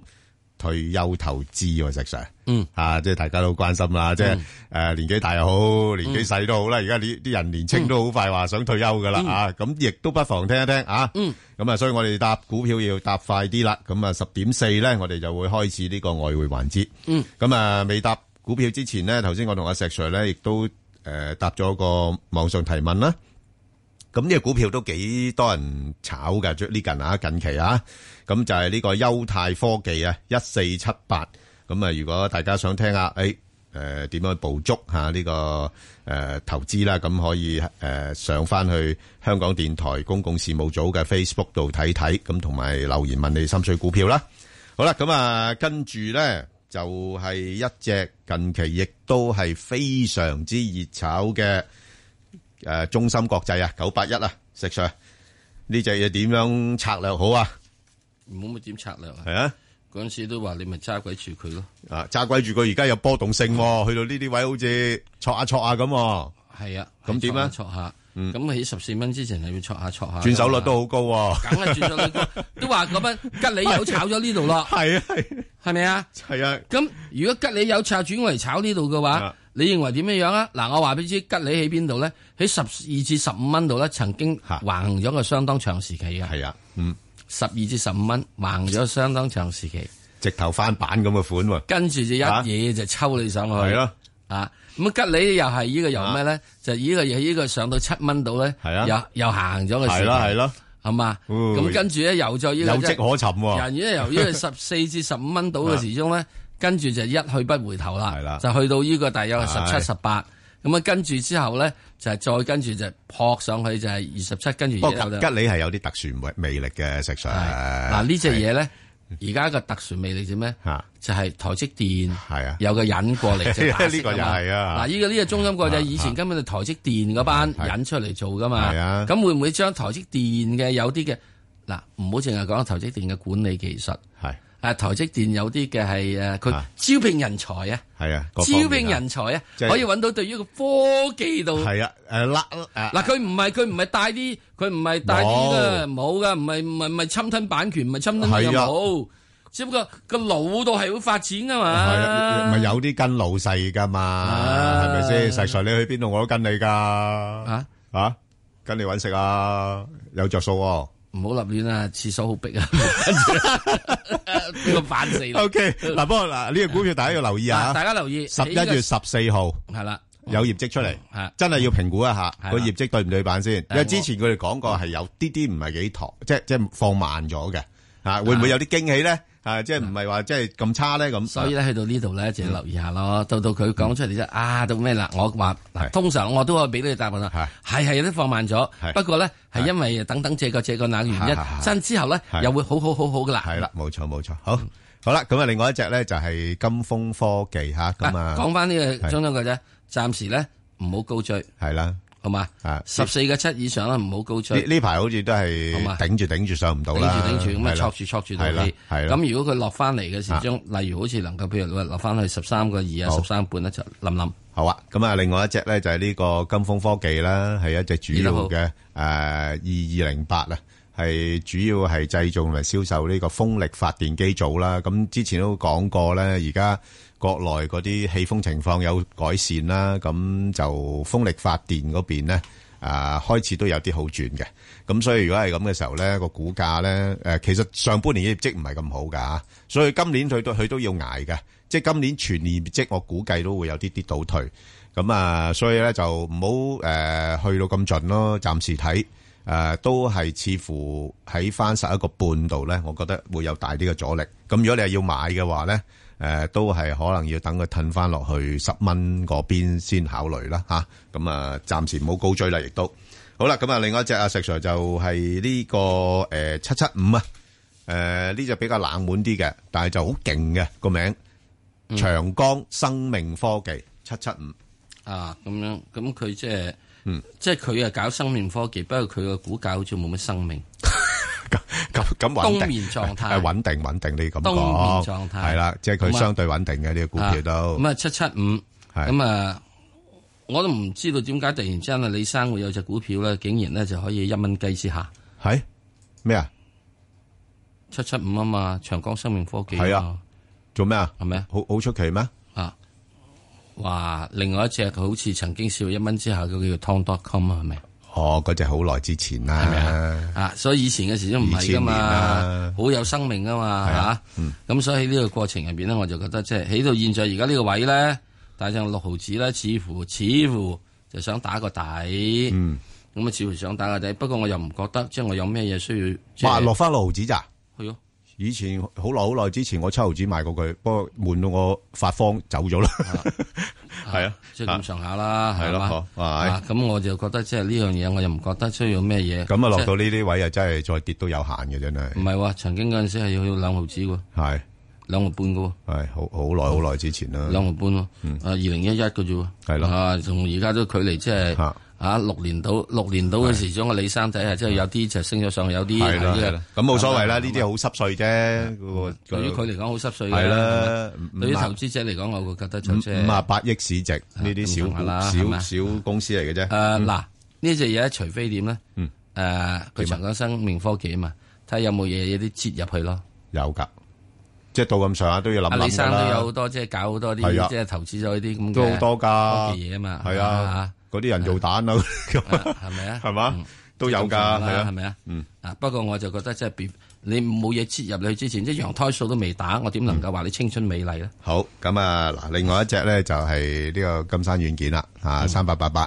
Speaker 1: 退休投資喎，石 Sir。
Speaker 2: 嗯，
Speaker 1: 啊，即係大家都好關心啦，即係诶年紀大又好，年紀細都好啦。而家啲啲人年青都好快話想退休噶啦啊，咁亦都不妨聽一聽啊。
Speaker 2: 嗯，
Speaker 1: 咁啊，所以我哋搭股票要搭快啲啦。咁啊，十點四咧，我哋就會開始呢個外匯環節。
Speaker 2: 嗯，
Speaker 1: 咁啊，未搭股票之前咧，頭先我同阿石 Sir 咧亦都诶答咗個網上提問啦。咁呢個股票都幾多人炒㗎，最呢近啊近期啊，咁就係呢個優泰科技啊，一四七八。咁啊，如果大家想聽下，誒誒點樣捕捉下呢、個誒、呃投資啦，咁可以誒、呃上翻去香港電台公共事務組嘅 Facebook 度睇睇，咁同埋留言問你心水股票啦。好啦，咁啊，跟住咧就係、一隻近期亦都係非常之熱炒嘅。诶、中心國際啊，九八一啊，石 Sir 呢只嘢點樣策略好啊？
Speaker 2: 冇乜點策略啊
Speaker 1: 係！啊，
Speaker 2: 嗰陣時都話你咪揸鬼住佢咯，
Speaker 1: 啊揸鬼住佢，而家有波動性、喎，去到呢啲位好似戳下戳下咁、喎，
Speaker 2: 係啊，
Speaker 1: 咁點啊
Speaker 2: 戳下，
Speaker 1: 嗯
Speaker 2: 咁喺十四蚊之前係要戳下戳下，
Speaker 1: 轉手率都好高、 喎。
Speaker 2: 梗係轉手率 高，都話嗰班吉利油炒咗呢度咯，
Speaker 1: 係啊係
Speaker 2: 係咪啊？
Speaker 1: 係啊，
Speaker 2: 咁如果吉利有炒轉過嚟炒呢度嘅
Speaker 1: 啊
Speaker 2: 話，你認為點樣樣啊？嗱，我話俾你知，吉利喺邊度咧？喺十二至十五蚊度咧，曾經
Speaker 1: 嚇
Speaker 2: 橫行咗個相當長時期嘅，
Speaker 1: 係啊，嗯，
Speaker 2: 十二至十五蚊橫行咗相當長時期，
Speaker 1: 直頭翻版咁嘅款喎、
Speaker 2: 跟住就一
Speaker 1: 嚇
Speaker 2: 嘢就抽你上去，
Speaker 1: 係咯、
Speaker 2: 啊，咁吉利又係呢個由咩咧？就呢個由呢個上到七蚊度咧，
Speaker 1: 係啊
Speaker 2: 又又行咗個
Speaker 1: 係
Speaker 2: 市，
Speaker 1: 啦係啦，
Speaker 2: 係嘛？
Speaker 1: 哦
Speaker 2: 咁跟住咧又再呢
Speaker 1: 有
Speaker 2: 個
Speaker 1: 跡
Speaker 2: 即係
Speaker 1: 可尋喎、
Speaker 2: 人咧由呢個 十四至十五蚊到嘅時鐘咧，跟住就一去不回頭
Speaker 1: 啊係
Speaker 2: 啦
Speaker 1: 啦，
Speaker 2: 就去到呢個大約係
Speaker 1: 係
Speaker 2: 十七十八。咁啊，跟住之後咧，就係再跟住就撲上去就係二十七，跟住
Speaker 1: 不過
Speaker 2: 之後
Speaker 1: 吉
Speaker 2: 就
Speaker 1: 吉利係有啲特殊魅魅力嘅石 Sir，
Speaker 2: 係嗱呢只嘢咧，而家個特殊魅力就咩？
Speaker 1: 嚇
Speaker 2: 就係台積電
Speaker 1: 係啊
Speaker 2: 有個引過 嚟就打
Speaker 1: 呢個
Speaker 2: 色
Speaker 1: 又
Speaker 2: 嘛
Speaker 1: 係啊
Speaker 2: 嗱，呢個呢個中心國
Speaker 1: 啊
Speaker 2: 際以前根本就台積電嗰班
Speaker 1: 係
Speaker 2: 引出嚟做噶嘛，
Speaker 1: 係啊
Speaker 2: 咁會唔會將台積電嘅有啲嘅嗱唔好淨係講台積電嘅管理技術，
Speaker 1: 係
Speaker 2: 啊台積電有啲嘅係誒佢
Speaker 1: 啊
Speaker 2: 招聘人才啊，
Speaker 1: 係啊，各方面
Speaker 2: 招
Speaker 1: 啊
Speaker 2: 聘人才啊，
Speaker 1: 即係
Speaker 2: 可以揾到對於個科技度。
Speaker 1: 係啊，誒拉誒
Speaker 2: 嗱，佢唔係佢唔係帶啲，佢唔係帶啲嘅，
Speaker 1: 冇
Speaker 2: 冇嘅，唔係唔係唔係侵吞版權，唔係侵吞
Speaker 1: 係啊
Speaker 2: 冇，只不過個腦度係會發展噶嘛。
Speaker 1: 啊咪有啲跟老細噶嘛，
Speaker 2: 啊
Speaker 1: 係咪先？石 Sir 你去邊度我都跟你噶，
Speaker 2: 啊？
Speaker 1: 啊，跟你搵食啊，有着數 喎。
Speaker 2: 唔好立亂啊！廁所好逼啊， 俾個反死 你。
Speaker 1: OK，嗱，不過嗱呢個股票大家要留意
Speaker 2: 嗱，大
Speaker 1: 啊，
Speaker 2: 家留意
Speaker 1: 十一月十四號
Speaker 2: 係啦，
Speaker 1: 有業績出嚟，
Speaker 2: 係
Speaker 1: 真係要評估一下
Speaker 2: 哦係啦
Speaker 1: 個業績對唔對版先，因為
Speaker 2: 我
Speaker 1: 之前佢哋講過係有啲啲唔係幾妥，即係即係放慢咗嘅，啊，會唔會有啲驚喜咧？啊，即係唔係話即係咁差咧咁？
Speaker 2: 所以咧去到呢度咧就
Speaker 1: 嗯
Speaker 2: 要留意下咯。到到佢講出嚟啫，啊到咩啦？我話嗱
Speaker 1: 係
Speaker 2: 通常我都可以俾你答案啦，係係有啲放慢咗，
Speaker 1: 係
Speaker 2: 不過咧係
Speaker 1: 係
Speaker 2: 因為等等這個這個那個原因
Speaker 1: 係係，係
Speaker 2: 真之後咧
Speaker 1: 係
Speaker 2: 又會好好好好噶啦。
Speaker 1: 啊係啦，冇錯冇錯，
Speaker 2: 嗯
Speaker 1: 好好啦，咁啊，另外一隻咧就係金風科技吓，咁
Speaker 2: 啊，
Speaker 1: 啊
Speaker 2: 講翻呢個
Speaker 1: 係
Speaker 2: 中中嘅啫，暫時咧唔好高追，
Speaker 1: 係啦，
Speaker 2: 好嘛？
Speaker 1: 啊
Speaker 2: 十四個七以上啦，唔好高
Speaker 1: 呢
Speaker 2: 追，
Speaker 1: 呢排好似都係
Speaker 2: 好嘛
Speaker 1: 頂住頂住上唔到
Speaker 2: 頂
Speaker 1: 啦，
Speaker 2: 住頂住咁啊，
Speaker 1: 係啦
Speaker 2: 戳住戳住到
Speaker 1: 係啦
Speaker 2: 啲。
Speaker 1: 係啦啊
Speaker 2: 咁如果佢落翻嚟嘅時鐘，例如好似能夠譬如落翻去十三個二啊，
Speaker 1: 好
Speaker 2: 十三半咧就冧冧。
Speaker 1: 好啊，咁啊，另外一隻咧就係呢個金風科技啦，係一隻主要嘅誒二二零八啊，係主要係製造同埋銷售呢個風力發電機組啦。咁之前都講過咧，而家國內嗰啲氣風情況有改善啦，咁就風力發電嗰邊咧。啊，開始都有啲好轉嘅，咁所以如果係咁嘅時候咧，個股價咧，誒、其實上半年嘅業績唔係咁好㗎，所以今年佢都佢都要捱嘅，即係今年全年業績我估計都會有啲啲倒退，咁啊，所以咧就唔好誒去到咁盡咯，暫時睇誒、都係似乎喺翻十一個半度咧，我覺得會有大啲嘅阻力。咁如果你係要買嘅話咧，誒、都係可能要等佢褪翻落去十蚊嗰邊先考慮啦吓，咁啊，暫時唔好高追啦，亦都好啦。咁啊，另外一隻啊，石 Sir 就係呢、個誒七七五啊，誒呢只比較冷門啲嘅，但係就好勁嘅個名，長江生命科技七七五。
Speaker 2: 啊，咁樣咁佢即係
Speaker 1: 嗯，
Speaker 2: 即係佢啊搞生命科技，不過佢個股價好似冇乜生命，
Speaker 1: 咁-咁穩定。
Speaker 2: 冬眠狀態。
Speaker 1: 係，穩定，穩定，你咁講。
Speaker 2: 冬眠狀態。
Speaker 1: 係啦，即係佢
Speaker 2: 咁啊，
Speaker 1: 相對穩定嘅，呢個股票都。
Speaker 2: 啊咁啊七七五，
Speaker 1: 係
Speaker 2: 咁啊，我都唔知道點解突然之間啊，李生會有隻股票咧，竟然咧就可以一蚊雞之下七七五啊嘛，長江生命科技
Speaker 1: 係
Speaker 2: 嘛
Speaker 1: 啊，係？咩啊？做咩啊？
Speaker 2: 係咪
Speaker 1: 好-好出奇咩？
Speaker 2: 啊？哇！另外一隻佢好似曾經試過一蚊之下，佢叫做 Tom.com 啊，係咪？
Speaker 1: 哦，嗰只好耐之前啦，
Speaker 2: 係咪啊？啊，所以以前嘅時都唔係噶
Speaker 1: 二千年
Speaker 2: 嘛
Speaker 1: 啦，
Speaker 2: 好有生命噶嘛
Speaker 1: 係啊
Speaker 2: 嚇。咁所以喺呢個過程入邊咧，我就覺得即係起到現在而家呢個位咧，大上六毫子咧，似乎似乎就想打個底。
Speaker 1: 嗯，
Speaker 2: 咁啊，似乎想打個底，不過我又唔覺得，即係我有咩嘢需要即
Speaker 1: 哇，
Speaker 2: 係
Speaker 1: 落返六毫子咋？以前好耐-
Speaker 2: 去咯。
Speaker 1: 好耐之前我七毫子買過佢，不過悶到我發慌，走咗啦。 係啊，
Speaker 2: 即係咁上下啦，
Speaker 1: 係
Speaker 2: 係
Speaker 1: 咯
Speaker 2: 嘛？
Speaker 1: 好
Speaker 2: 啊咁我就覺得即係呢樣嘢，我又唔覺得需要咩嘢。即係
Speaker 1: 咁啊，落到呢啲位啊，真係再跌都有限嘅，真係。
Speaker 2: 唔係喎？曾經嗰陣時係要兩毫子喎，兩毫半嘅喎。
Speaker 1: 係，係，好-好耐-好耐之前啦。
Speaker 2: 兩毫半喎，啊二零一一嘅啫喎，
Speaker 1: 嗯係咯
Speaker 2: 啊同而家都距離即係
Speaker 1: 嚇
Speaker 2: 啊六年到六年到嘅時鐘嘅啊李生仔係即係有啲就升咗上，有啲
Speaker 1: 係啦，
Speaker 2: 係
Speaker 1: 係啦。咁冇所謂啦，
Speaker 2: 咁啊
Speaker 1: 呢啲好濕碎啫，嗰個-
Speaker 2: 對於佢嚟講好濕碎嘅，啊
Speaker 1: 係啦，
Speaker 2: 係咪對於
Speaker 1: 五啊-
Speaker 2: 投資者嚟講，我會覺得就
Speaker 1: 五-
Speaker 2: 即係
Speaker 1: 五啊八億市值，呢啲小股-
Speaker 2: 咁上下啦，
Speaker 1: 小-
Speaker 2: 係咪？
Speaker 1: 小公司嚟嘅啫。
Speaker 2: 誒啊嗱呢隻嘢，除非點咧
Speaker 1: 嗯？
Speaker 2: 誒佢長江生命科技啊嘛，睇下有冇嘢有啲切入去咯。
Speaker 1: 有㗎。即係到咁上下都要諗
Speaker 2: 阿
Speaker 1: 諗㗎
Speaker 2: 李生都
Speaker 1: 啦。
Speaker 2: 有好多即係搞好多
Speaker 1: 係
Speaker 2: 啲
Speaker 1: 啊
Speaker 2: 即係投資咗啲咁嘅
Speaker 1: 都好多㗎
Speaker 2: 科技嘢啊嘛，
Speaker 1: 係啊，嗰啲人造蛋啊，咁啊，
Speaker 2: 係咪啊？
Speaker 1: 係嘛？
Speaker 2: 嗯
Speaker 1: 都有㗎，
Speaker 2: 正常啦，
Speaker 1: 係啊。
Speaker 2: 咪啊？
Speaker 1: 嗯
Speaker 2: 啊，不過我就覺得即係別你冇嘢切入你之前，即係羊胎素都未打，我點能夠話你青春美麗咧？
Speaker 1: 好，咁啊，嗱，另外一隻呢，就係呢個金山軟件啦，啊，3888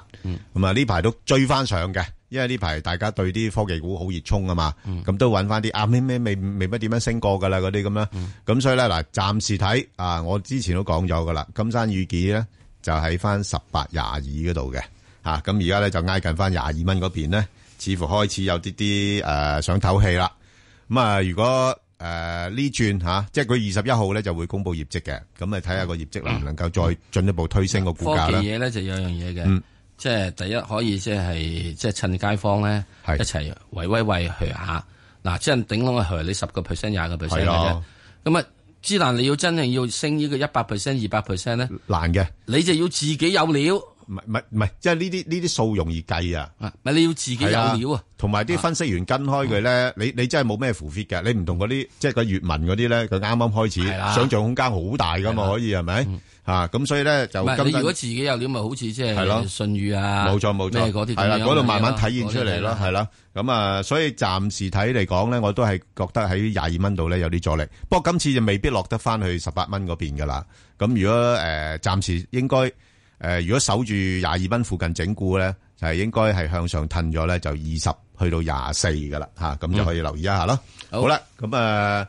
Speaker 1: 咁啊，呢排都追返上嘅，因為呢排大家對啲科技股好熱衷啊嘛，
Speaker 2: 嗯
Speaker 1: 咁都搵返啲，啊，咩咩未-未乜點樣升過㗎啦，嗰啲咁啦，
Speaker 2: 嗯
Speaker 1: 咁所以呢，嗱，暫時睇，啊，我之前都講咗㗎啦，金山軟件呢，就喺返18-22嗰度嘅，啊，咁而家呢，就挨近返22蚊嗰邊呢，似乎開始有啲-啲，呃，想唞氣啦。咁啊，如果誒呢轉嚇，即係佢二十一號咧就會公布業績嘅，咁啊睇下個業績能唔能夠再進一步推升個股
Speaker 2: 科
Speaker 1: 價
Speaker 2: 技
Speaker 1: 嗯啦。
Speaker 2: 嘢咧就有樣嘢嘅
Speaker 1: 嗯，
Speaker 2: 即係第一可以即係即係趁街坊咧
Speaker 1: 係
Speaker 2: 一齊圍威喂去下，嗱，即係頂籠係你十個 percent、廿個 percent 嘅
Speaker 1: 係
Speaker 2: 啫
Speaker 1: 咯。
Speaker 2: 咁啊，之但你要真係要升呢個一百 percent、二百 percent 咧，
Speaker 1: 難嘅，
Speaker 2: 你就要自己有料
Speaker 1: 唔係唔係唔係，即係呢啲呢啲數容易計啊。
Speaker 2: 啊，咪你要自己有
Speaker 1: 係啊
Speaker 2: 料啊！
Speaker 1: 同埋啲分析員跟開佢咧，你你真係冇咩符 fit 嘅，你唔同嗰啲即係個粵文嗰啲咧，佢啱啱開始，
Speaker 2: 係啦
Speaker 1: 想像空間好大噶嘛，可以係咪？嚇咁所以咧就
Speaker 2: 唔係
Speaker 1: 今
Speaker 2: 你如
Speaker 1: 日
Speaker 2: 果自己有料，咪好似即
Speaker 1: 係咯
Speaker 2: 係信譽啊，
Speaker 1: 冇錯冇錯，
Speaker 2: 咩嗰啲咁
Speaker 1: 係啦，
Speaker 2: 樣
Speaker 1: 嗰度
Speaker 2: 嘅
Speaker 1: 慢慢
Speaker 2: 嘢
Speaker 1: 體現出嚟
Speaker 2: 嗰啲
Speaker 1: 咯，
Speaker 2: 係
Speaker 1: 係啦。咁啊，所以暫時睇嚟講咧，我都係覺得喺廿二蚊度咧有啲阻力。不過今次就未必落得翻去十八蚊嗰邊噶啦。咁如果誒暫時應該誒，如果守住廿二蚊附近整固咧，就係應該係向上褪咗咧，就二十去到廿四噶啦嚇，咁就可以留意一下啦。
Speaker 2: 嗯好
Speaker 1: 好啦，咁啊